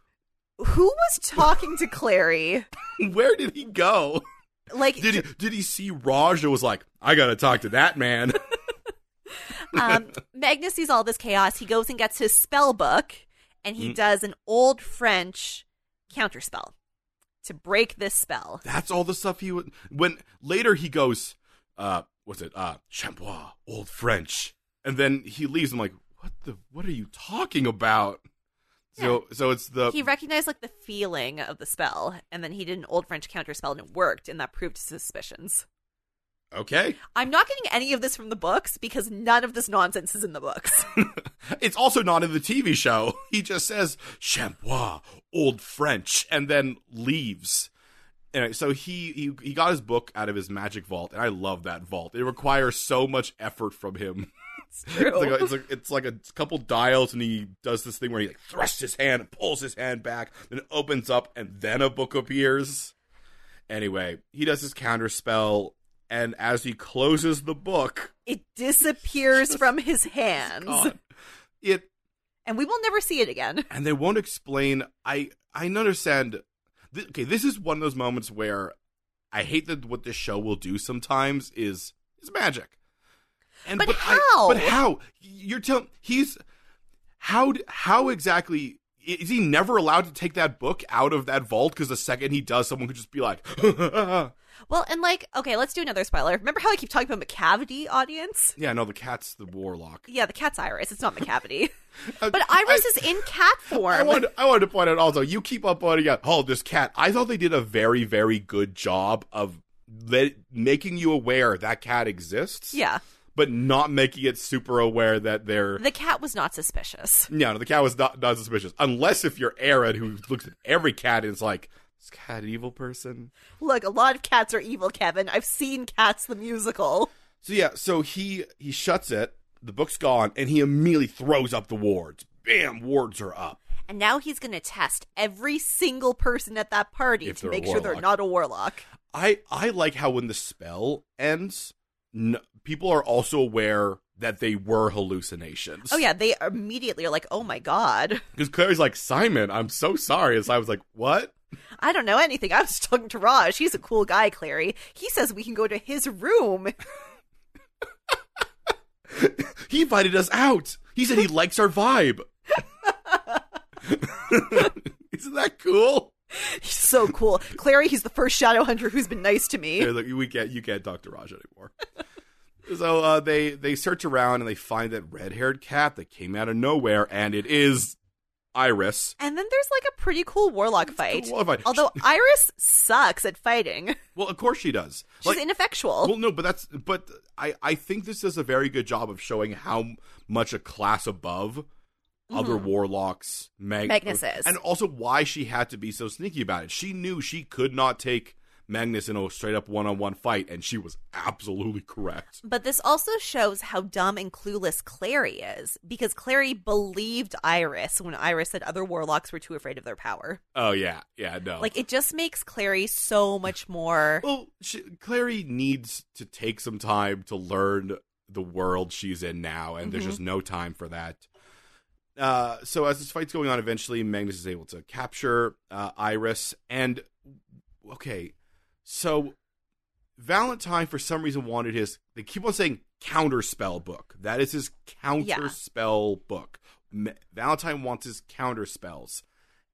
Who was talking to Clary?
where did he go
Like,
did he did he see raj and was like i gotta talk to that man
um, Magnus sees all this chaos. He goes and gets his spell book, and he does an old French counterspell to break this spell.
That's all the stuff he would. When later he goes, uh, what's it? Uh, Chambois, old French, and then he leaves. I'm like, what the? What are you talking about? So, so it's the
he recognized like the feeling of the spell, and then he did an old French counterspell, and it worked, and that proved his suspicions.
okay.
I'm not getting any of this from the books because none of this nonsense is in the books.
It's also not in the TV show. He just says Chambois, old French, and then leaves. And so he, he he got his book out of his magic vault, and I love that vault. It requires so much effort from him.
It's true.
It's like, a, it's, like, it's like a couple dials, and he does this thing where he like thrusts his hand, and pulls his hand back, then it opens up, and then a book appears. Anyway, he does his counter spell, and as he closes the book,
it disappears from his hands,
God, it
and we will never see it again.
and they won't explain. I I understand. Th- okay, this is one of those moments where I hate that what this show will do sometimes is is magic. And
But
I,
how?
but how? You're telling he's how d- how exactly is he never allowed to take that book out of that vault? Because the second he does, someone could just be like,
Well, and like, okay, let's do another spoiler. Remember how I keep talking about McCavity audience?
"Yeah, no, the cat's the warlock."
Yeah, the cat's iris. It's not McCavity. but Iris is in cat form.
I wanted, I wanted to point out also, you keep up pointing out, oh, this cat. I thought they did a very, very good job of le- making you aware that cat exists,
Yeah.
but not making it super aware that they're.
The cat was not suspicious.
no, no, the cat was not, not suspicious. Unless if you're Aaron, who looks at every cat and is like, is cat an evil person?
Look, a lot of cats are evil, Kevin. I've seen Cats the musical.
So yeah, so he he shuts it, the book's gone, and he immediately throws up the wards. Bam, wards are up.
And now he's going to test every single person at that party
If
to
they're a
make sure they're
warlock.
not a warlock.
I I like how when the spell ends, n- people are also aware that they were hallucinations.
Oh, yeah, they immediately are like, oh my God.
because Clary's like Simon, I'm so sorry. And I was like, what?
I don't know anything. I was talking to Raj. He's a cool guy, Clary. He says we can go to his room.
He invited us out. He said he likes our vibe. Isn't that cool?
He's so cool. Clary, he's the first shadow hunter who's been nice to me.
They're like, we can't, you can't talk to Raj anymore. so uh, they they search around and they find that red haired cat that came out of nowhere, and it is Iris.
And then there's like a pretty cool warlock fight.
warlock fight.
Although Iris sucks at fighting.
Well, of course she does.
She's ineffectual.
Well, no, but that's but I I think this does a very good job of showing how much a class above other warlocks Mag-
Mm-hmm. Magnus is.
and also why she had to be so sneaky about it. She knew she could not take Magnus in a straight up one on one fight, and she was absolutely correct.
but this also shows how dumb and clueless Clary is because Clary believed Iris when Iris said other warlocks were too afraid of their power.
Oh yeah, yeah, no,
Like it just makes Clary so much more.
Well, she, Clary needs to take some time to learn the world she's in now, and there's just no time for that. Uh, so as this fight's going on, eventually Magnus is able to capture uh, Iris, and okay, so Valentine for some reason wanted his. They keep on saying counter spell book. That is his counter spell book. Ma- Valentine wants his counter spells,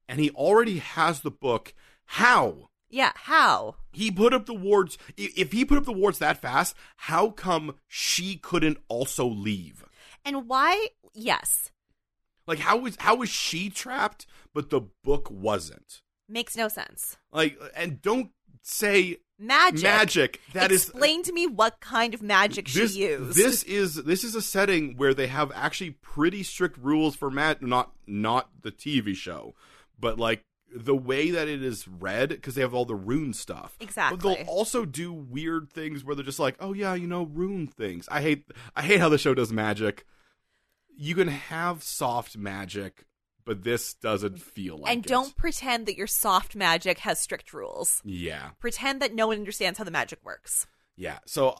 and he already has the book. How?
Yeah, how?
He put up the wards. i- If he put up the wards that fast, how come she couldn't also leave?
And why? Yes,
Like how was how was she trapped, but the book wasn't?
makes no sense.
Like and don't say
Magic.
magic. That is
Explain to me what kind of magic
this,
she used.
This is this is a setting where they have actually pretty strict rules for mag not not the TV show, but like the way that it is read because they have all the rune stuff. But
Exactly.
they'll also do weird things where they're just like, "Oh yeah, you know, rune things." I hate I hate how the show does magic. You can have soft magic, but this doesn't feel like
and
it.
don't pretend that your soft magic has strict rules.
Yeah.
Pretend that no one understands how the magic works.
Yeah. So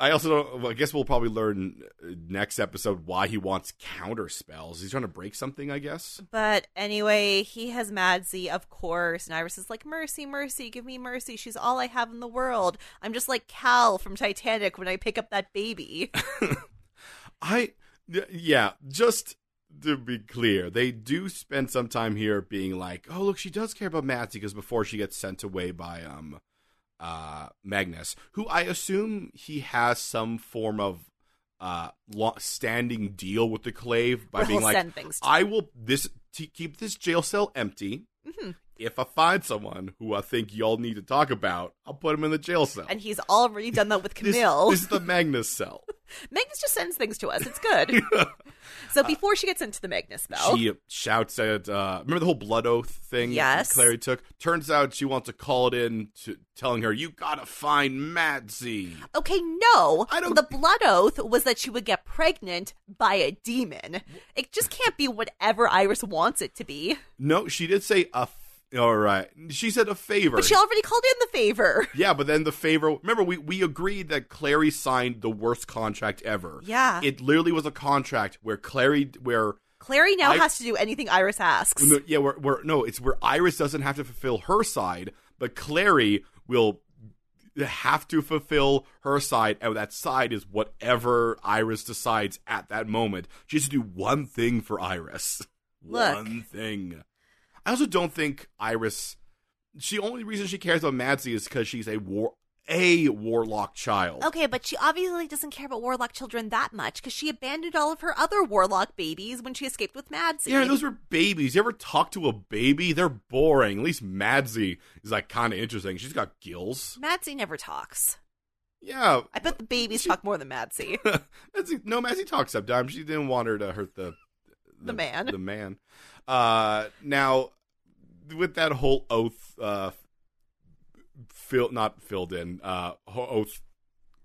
I also don't. Well, I guess we'll probably learn uh, next episode why he wants counter spells. He's trying to break something, I guess.
But anyway, he has Madsy, of course, and Iris is like, Mercy, mercy, give me mercy. She's all I have in the world. I'm just like Cal from Titanic when I pick up that baby.
I y- yeah. Just to be clear, they do spend some time here being like, oh look, she does care about Matsy because before she gets sent away by um uh Magnus, who I assume he has some form of uh lo- standing deal with the Clave by
Where
being
he'll
like,
send things to.
I will this to keep this jail cell empty.
Mm-hmm.
If I find someone who I think y'all need to talk about, I'll put him in the jail cell.
and he's already done that with
this,
Camille.
this is the Magnus cell.
Magnus just sends things to us. It's good. so before she gets into the Magnus spell,
She shouts at uh remember the whole blood oath thing that
Yes.
Clary took? Turns out she wants to call it in to telling her, You gotta find Madsy.
okay, no,
I don't-
the blood oath was that she would get pregnant by a demon. It just can't be whatever Iris wants it to be.
No, she did say a f- all right. She said a favor.
But she already called in the favor.
yeah, but then the favor remember we we agreed that Clary signed the worst contract ever.
Yeah.
It literally was a contract where Clary where
Clary now
I-
has to do anything Iris asks.
No, yeah, where, where no, it's where Iris doesn't have to fulfill her side, but Clary will have to fulfill her side, and that side is whatever Iris decides at that moment. She has to do one thing for Iris.
Look.
One thing. I also don't think Iris. She only reason she cares about Madsy is because she's a war a warlock child.
Okay, but she obviously doesn't care about warlock children that much because she abandoned all of her other warlock babies when she escaped with Madsy.
Yeah, those were babies. You ever talk to a baby? They're boring. At least Madsy is like kind of interesting. She's got gills.
Madsy never talks.
Yeah,
I bet the babies talk more than Madsy.
Massey, no, Massey talks sometimes. She didn't want her to hurt the
The man.
The man. Uh, now, with that whole oath, uh, fill not filled in. Uh, ho- oath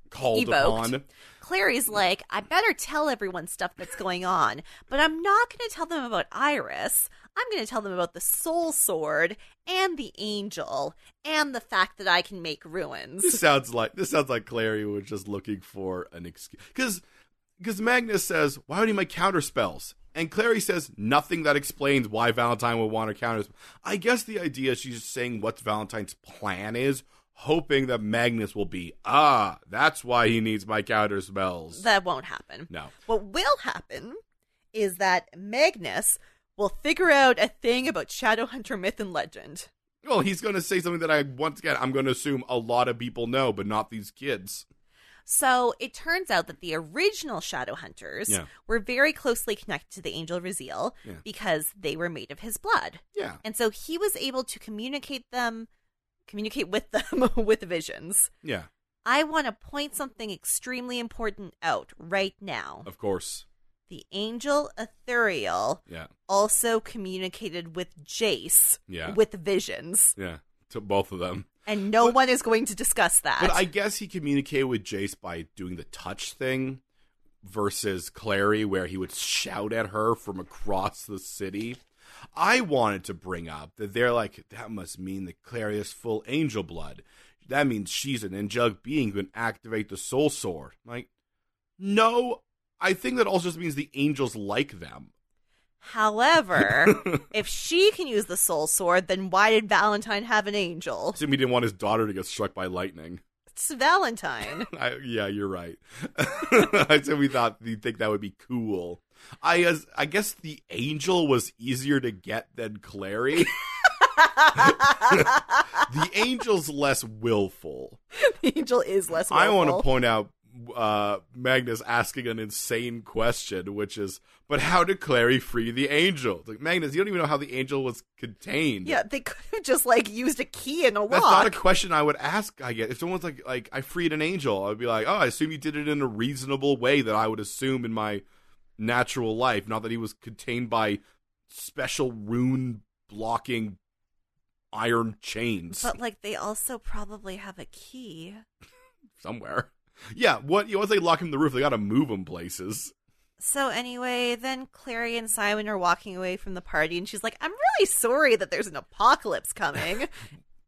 called
Evoked.
upon.
Clary's like, I better tell everyone stuff that's going on, but I'm not going to tell them about Iris. I'm going to tell them about the soul sword and the angel and the fact that I can make ruins.
This sounds like this sounds like Clary was just looking for an excuse because because Magnus says, "Why would he make counter spells?" And Clary says nothing that explains why Valentine would want her counters. I guess the idea is she's just saying what Valentine's plan is, hoping that Magnus will be ah, that's why he needs my counter spells.
That won't happen.
no,
What will happen is that Magnus will figure out a thing about Shadowhunter myth and legend.
well, he's going to say something that I once again I'm going to assume a lot of people know, but not these kids.
So it turns out that the original Shadowhunters
Yeah.
were very closely connected to the angel Raziel
Yeah.
because they were made of his blood.
Yeah,
And so he was able to communicate them, communicate with them with visions.
yeah,
I want to point something extremely important out right now.
of course,
The angel Ethuriel
yeah,
also communicated with Jace
Yeah.
with visions,
yeah, to both of them.
and no one is going to discuss that.
But I guess he communicated with Jace by doing the touch thing versus Clary, where he would shout at her from across the city. I wanted to bring up that they're like, that must mean that Clary is full angel blood. That means she's an angelic being who can activate the soul sword. Like, no, I think that also just means the angels like them.
However, if she can use the soul sword, then why did Valentine have an angel?
Assuming he didn't want his daughter to get struck by lightning.
It's Valentine.
I, yeah, you're right. I said we thought you think that would be cool. I as I guess the angel was easier to get than Clary. the angel's less willful.
the angel is less.
I want to
willful.
point out uh, Magnus asking an insane question, which is, "But how did Clary free the angel?" It's like Magnus, you don't even know how the angel was contained.
Yeah, they could have just like used a key in a lock.
That's not a question I would ask. I guess if someone's like, like I freed an angel, I'd be like, oh, I assume you did it in a reasonable way that I would assume in my natural life, not that he was contained by special rune blocking iron chains
But like they also probably have a key.
somewhere. Yeah, what once they lock him in the roof, they got to move him places.
So anyway, then Clary and Simon are walking away from the party and she's like, "I'm really sorry that there's an apocalypse coming."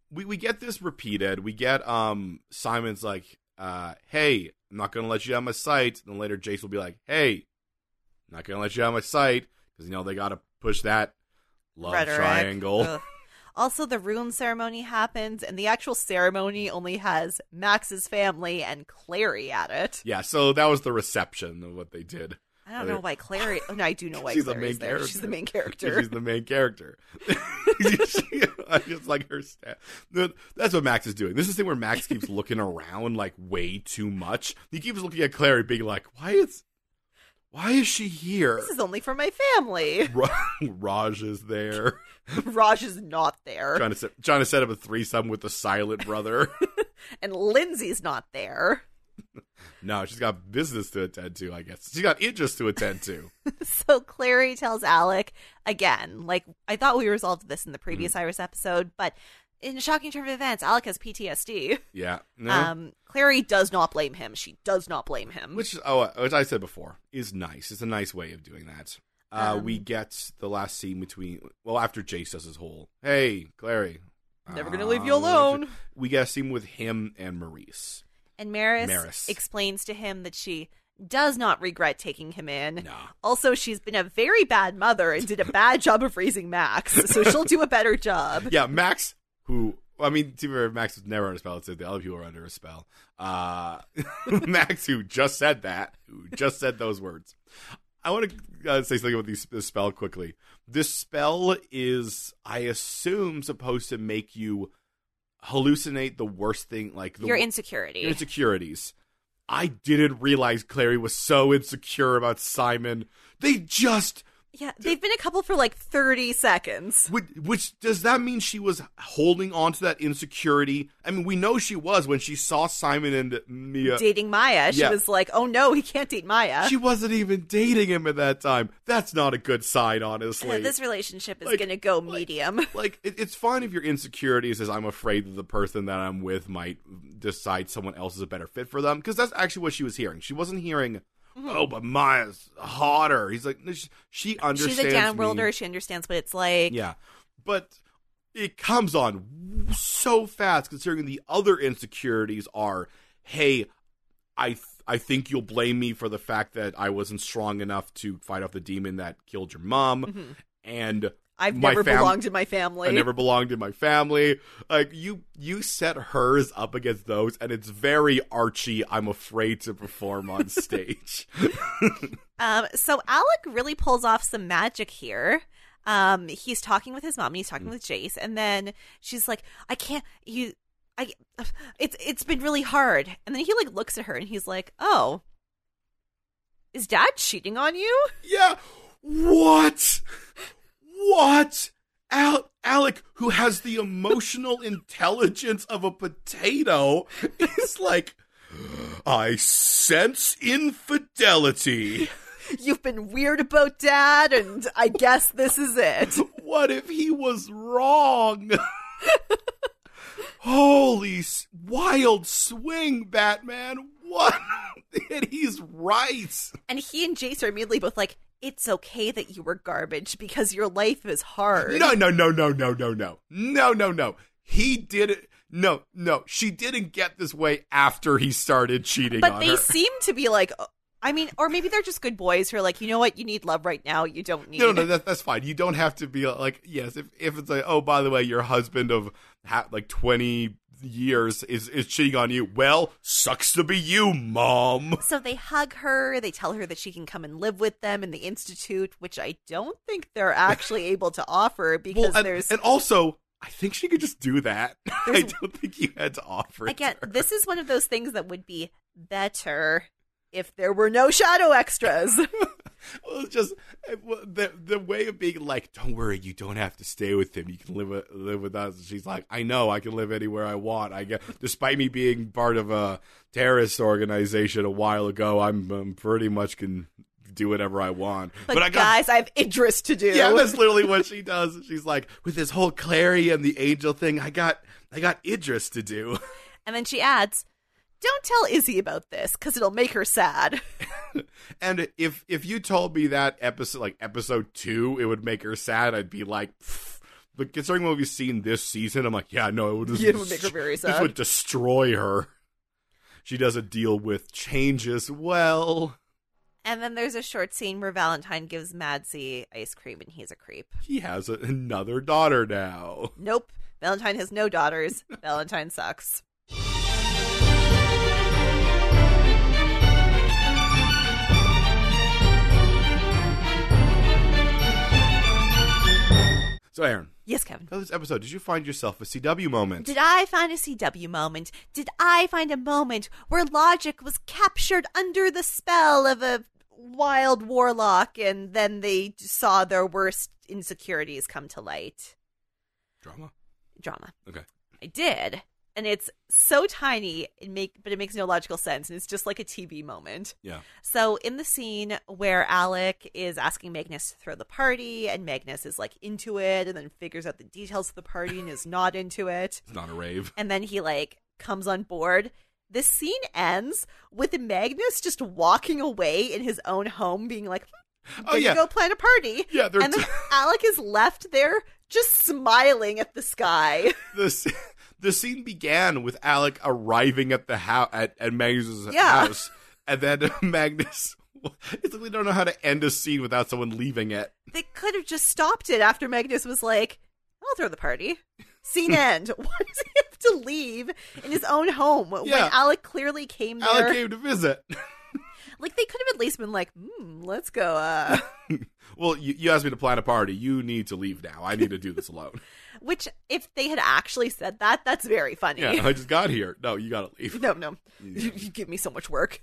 we, we get this repeated. We get um Simon's like, uh, hey, I'm not gonna let you out of my sight. Then later Jace will be like, hey, I'm not gonna let you out of my sight because you know they gotta push that love
Rhetoric.
triangle.
Ugh. Also, the rune ceremony happens, and the actual ceremony only has Max's family and Clary at it.
Yeah, so that was the reception of what they did.
I don't
Are
know why Clary. Oh, no, I do know why
She's the
Clary's
main
there. She's the main character.
She's the main character. She- I just like her sta That's what Max is doing. This is the thing where Max keeps looking around like way too much. He keeps looking at Clary, being like, "Why is, why is she here?"
This is only for my family.
Ra- Raj is there.
Raj is not there,
trying to set, trying to set up a threesome with the silent brother.
and Lindsay's not there.
no, she's got business to attend to. I guess she's got interest to attend to.
So Clary tells Alec again, like I thought we resolved this in the previous
Mm-hmm.
Iris episode, but in a shocking turn of events, Alec has PTSD.
Yeah. No.
Um, Clary does not blame him. She does not blame him.
which oh, as I said before, is nice. It's a nice way of doing that. Uh,
Um,
we get the last scene between well after Jace does his whole hey Clary,
Never gonna leave you
I'm gonna let
alone.
We get a scene with him and Maurice.
and Maris,
Maris.
explains to him that she does not regret taking him in.
Nah.
Also, she's been a very bad mother and did a bad job of raising Max, so she'll do a better job.
yeah, Max, who I mean, to be fair, Max was never under a spell. It's the other people were under a spell. Uh, Max, who just said that, who just said those words. I want to uh, say something about these, this spell quickly. This spell is, I assume, supposed to make you hallucinate the worst thing, like the
Your
wor-
insecurity.
your insecurities. I didn't realize Clary was so insecure about Simon. They just
yeah, they've been a couple for like 30 seconds.
which, which does that mean she was holding on to that insecurity? I mean, we know she was when she saw Simon and Mia.
Dating Maya, she
Yeah.
was like, oh no, he can't date Maya.
She wasn't even dating him at that time. That's not a good sign,
Uh,
honestly.
this relationship is
Like-
going to go medium.
like, it, it's fine if your insecurity says, I'm afraid that the person that I'm with might decide someone else is a better fit for them. Because that's actually what she was hearing. She wasn't hearing, oh, but Maya's hotter. He's like, no, she, she understands.
Mm-hmm. She's a downworlder.
me.
She understands what it's like.
Yeah, but it comes on so fast considering the other insecurities are, hey, I th- I think you'll blame me for the fact that I wasn't strong enough to fight off the demon that killed your mom, and
Mm-hmm. I've
My
never
fam-
belonged in my family.
I never belonged in my family. Like you, you set hers up against those, and it's very Archie. I'm afraid to perform on stage.
Um, so Alec really pulls off some magic here. Um, he's talking with his mom and he's talking with Jace, and then she's like, "I can't, you, I, it's it's been really hard." And then he like looks at her and he's like, "Oh, is Dad cheating on you?"
Yeah. What? What? Al- Alec, who has the emotional intelligence of a potato, is like, I sense infidelity.
You've been weird about Dad, and I guess this is it.
What if he was wrong? Holy s- wild swing, Batman. What? and he's right.
And he and Jace are immediately both like, "It's okay that you were garbage because your life is hard."
No, no, no, no, no, no, no. No, no, no. He did it. No, no. She didn't get this way after he started cheating
but
on
they
her.
seem to be like uh, i mean or maybe they're just good boys who are like you know what you need love right now you don't need
No, no, that, that's fine. You don't have to be like, yes, if, if it's like, oh, by the way, your husband of ha- like 20 years is, is cheating on you. Well, sucks to be you, mom.
so they hug her they tell her that she can come and live with them in the institute which i don't think they're actually able to offer because
Well, and,
there's
and also, I think she could just do that. I don't think you had to offer it.
again this is one of those things that would be better if there were no shadow extras.
Well, it's just it wa- the the way of being like, don't worry, you don't have to stay with him. You can live with, live with us. And she's like, I know, I can live anywhere I want. I get, despite me being part of a terrorist organization a while ago, I'm, i pretty much can do whatever I want.
But,
I got
guys, I have Idris to do.
yeah, that's literally what she does. She's like, with this whole Clary and the angel thing, I got I got Idris to do.
and then she adds, "Don't tell Izzy about this because it'll make her sad."
And if if you told me that episode, like episode two, it would make her sad, I'd be like, "Pfft." but considering what we've seen this season, I'm like, yeah, no, this
Yeah, it would make her very
This
sad.
would destroy her. She doesn't deal with changes well.
And then there's a short scene where Valentine gives Madsy ice cream, and he's a creep.
He has a, another daughter now.
Nope, Valentine has no daughters. Valentine sucks.
So, Aaron,
Yes, Kevin.
tell this episode, did you find yourself a CW moment?
Did I find a CW moment? Did I find a moment where logic was captured under the spell of a wild warlock and then they saw their worst insecurities come to light?
Drama.
Drama.
Okay.
I did. And it's so tiny, it make but it makes no logical sense and it's just like a TV moment.
Yeah.
So in the scene where Alec is asking Magnus to throw the party and Magnus is like into it and then figures out the details of the party and is not into it
It's not a rave.
and then he like comes on board. This scene ends with Magnus just walking away in his own home, being like, "Hmm,
Oh,
"Gonna
yeah.
go plan a party."
Yeah, they're
and then
t-
Alec is left there just smiling at the sky.
the s- the scene began with Alec arriving at the house at, at Magnus's
Yeah.
house, and then Magnus. It's like we don't know how to end a scene without someone leaving it.
they could have just stopped it after Magnus was like, "I'll throw the party." Scene end. Why does he have to leave in his own home
Yeah.
when Alec clearly came there?
Alec came to visit.
like they could have at least been like, mm, "Let's go." Uh,
Well, you, you asked me to plan a party. You need to leave now. I need to do this alone.
which, if they had actually said that, that's very funny.
yeah, I just got here. No, you got to leave.
No, no. You, you give me so much work.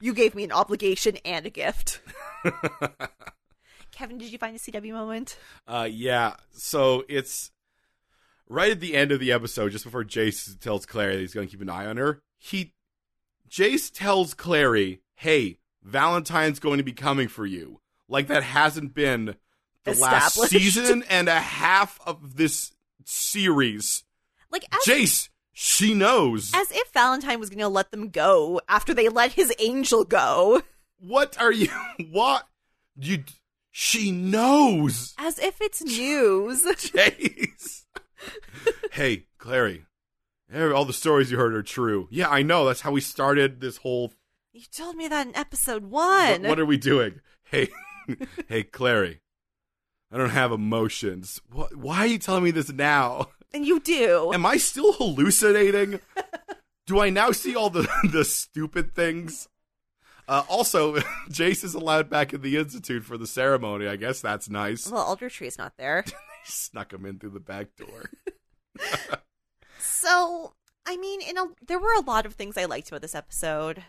You gave me an obligation and a gift. Kevin, did you find a CW moment?
Uh, yeah. So it's right at the end of the episode, just before Jace tells Clary that he's going to keep an eye on her. He, Jace tells Clary, "Hey, Valentine's going to be coming for you." Like that hasn't been the last
Established.
season and a half of this series.
Like as
Jace, she knows.
as if Valentine was going to let them go after they let his angel go.
what are you? What you? She knows.
As if it's news.
Jace. hey, Clary. eh, All the stories you heard are true. Yeah, I know. That's how we started this whole.
you told me that in episode
What,
one.
what are we doing? Hey, hey, Clary. I don't have emotions. Wh- Why are you telling me this now?
and you do.
Am I still hallucinating? Do I now see all the the stupid things? Uh, also, Jace is allowed back in the institute for the ceremony. I guess that's nice.
well, Alder Tree's not there.
Snuck him in through the back door.
So, I mean, in a, there were a lot of things I liked about this episode.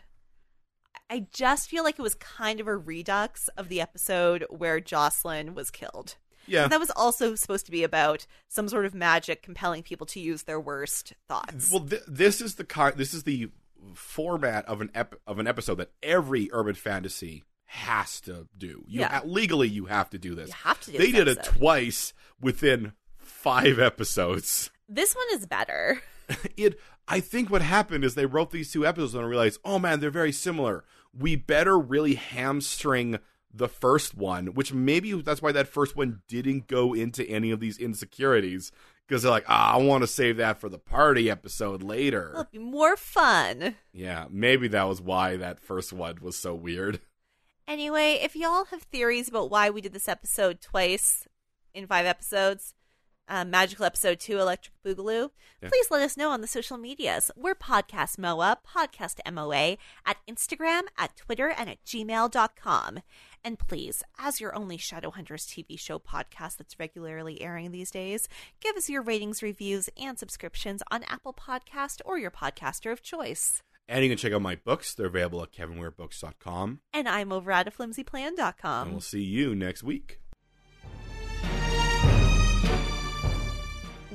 I just feel like it was kind of a redux of the episode where Jocelyn was killed.
Yeah,
That was also supposed to be about some sort of magic compelling people to use their worst thoughts.
Well, th- this is the car- this is the format of an ep- of an episode that every urban fantasy has to do. You
Yeah.
uh, legally you have to do this.
you have to do
they
this
did
episode.
it twice within 5 episodes.
this one is better.
It I think what happened is they wrote these two episodes and realized, "Oh man, they're very similar. We better really hamstring the first one, which maybe that's why that first one didn't go into any of these insecurities because they're like, "Ah, I want to save that for the party episode later."
It'll be more fun.
Yeah, maybe that was why that first one was so weird.
Anyway, if y'all have theories about why we did this episode twice in five episodes, uh, Magical Episode 2, Electric Boogaloo,
Yeah.
please let us know on the social medias. We're Podcast MOA, Podcast MOA, at Instagram, at Twitter, and at gmail.com. And please, as your only Shadowhunters TV show podcast that's regularly airing these days, give us your ratings, reviews, and subscriptions on Apple Podcast or your podcaster of choice.
And you can check out my books. They're available at kevinweirbooks.com.
And I'm over at a flimsyplan.com.
and we'll see you next week.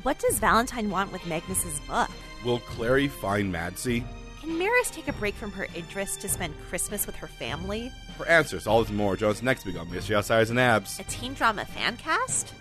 What does Valentine want with Magnus's book?
Will Clary find Madsy?
Can Maris take a break from her interest to spend Christmas with her family?
For answers, all this and more, join us next week on Mystery Outsiders and Abs.
A teen drama fan cast?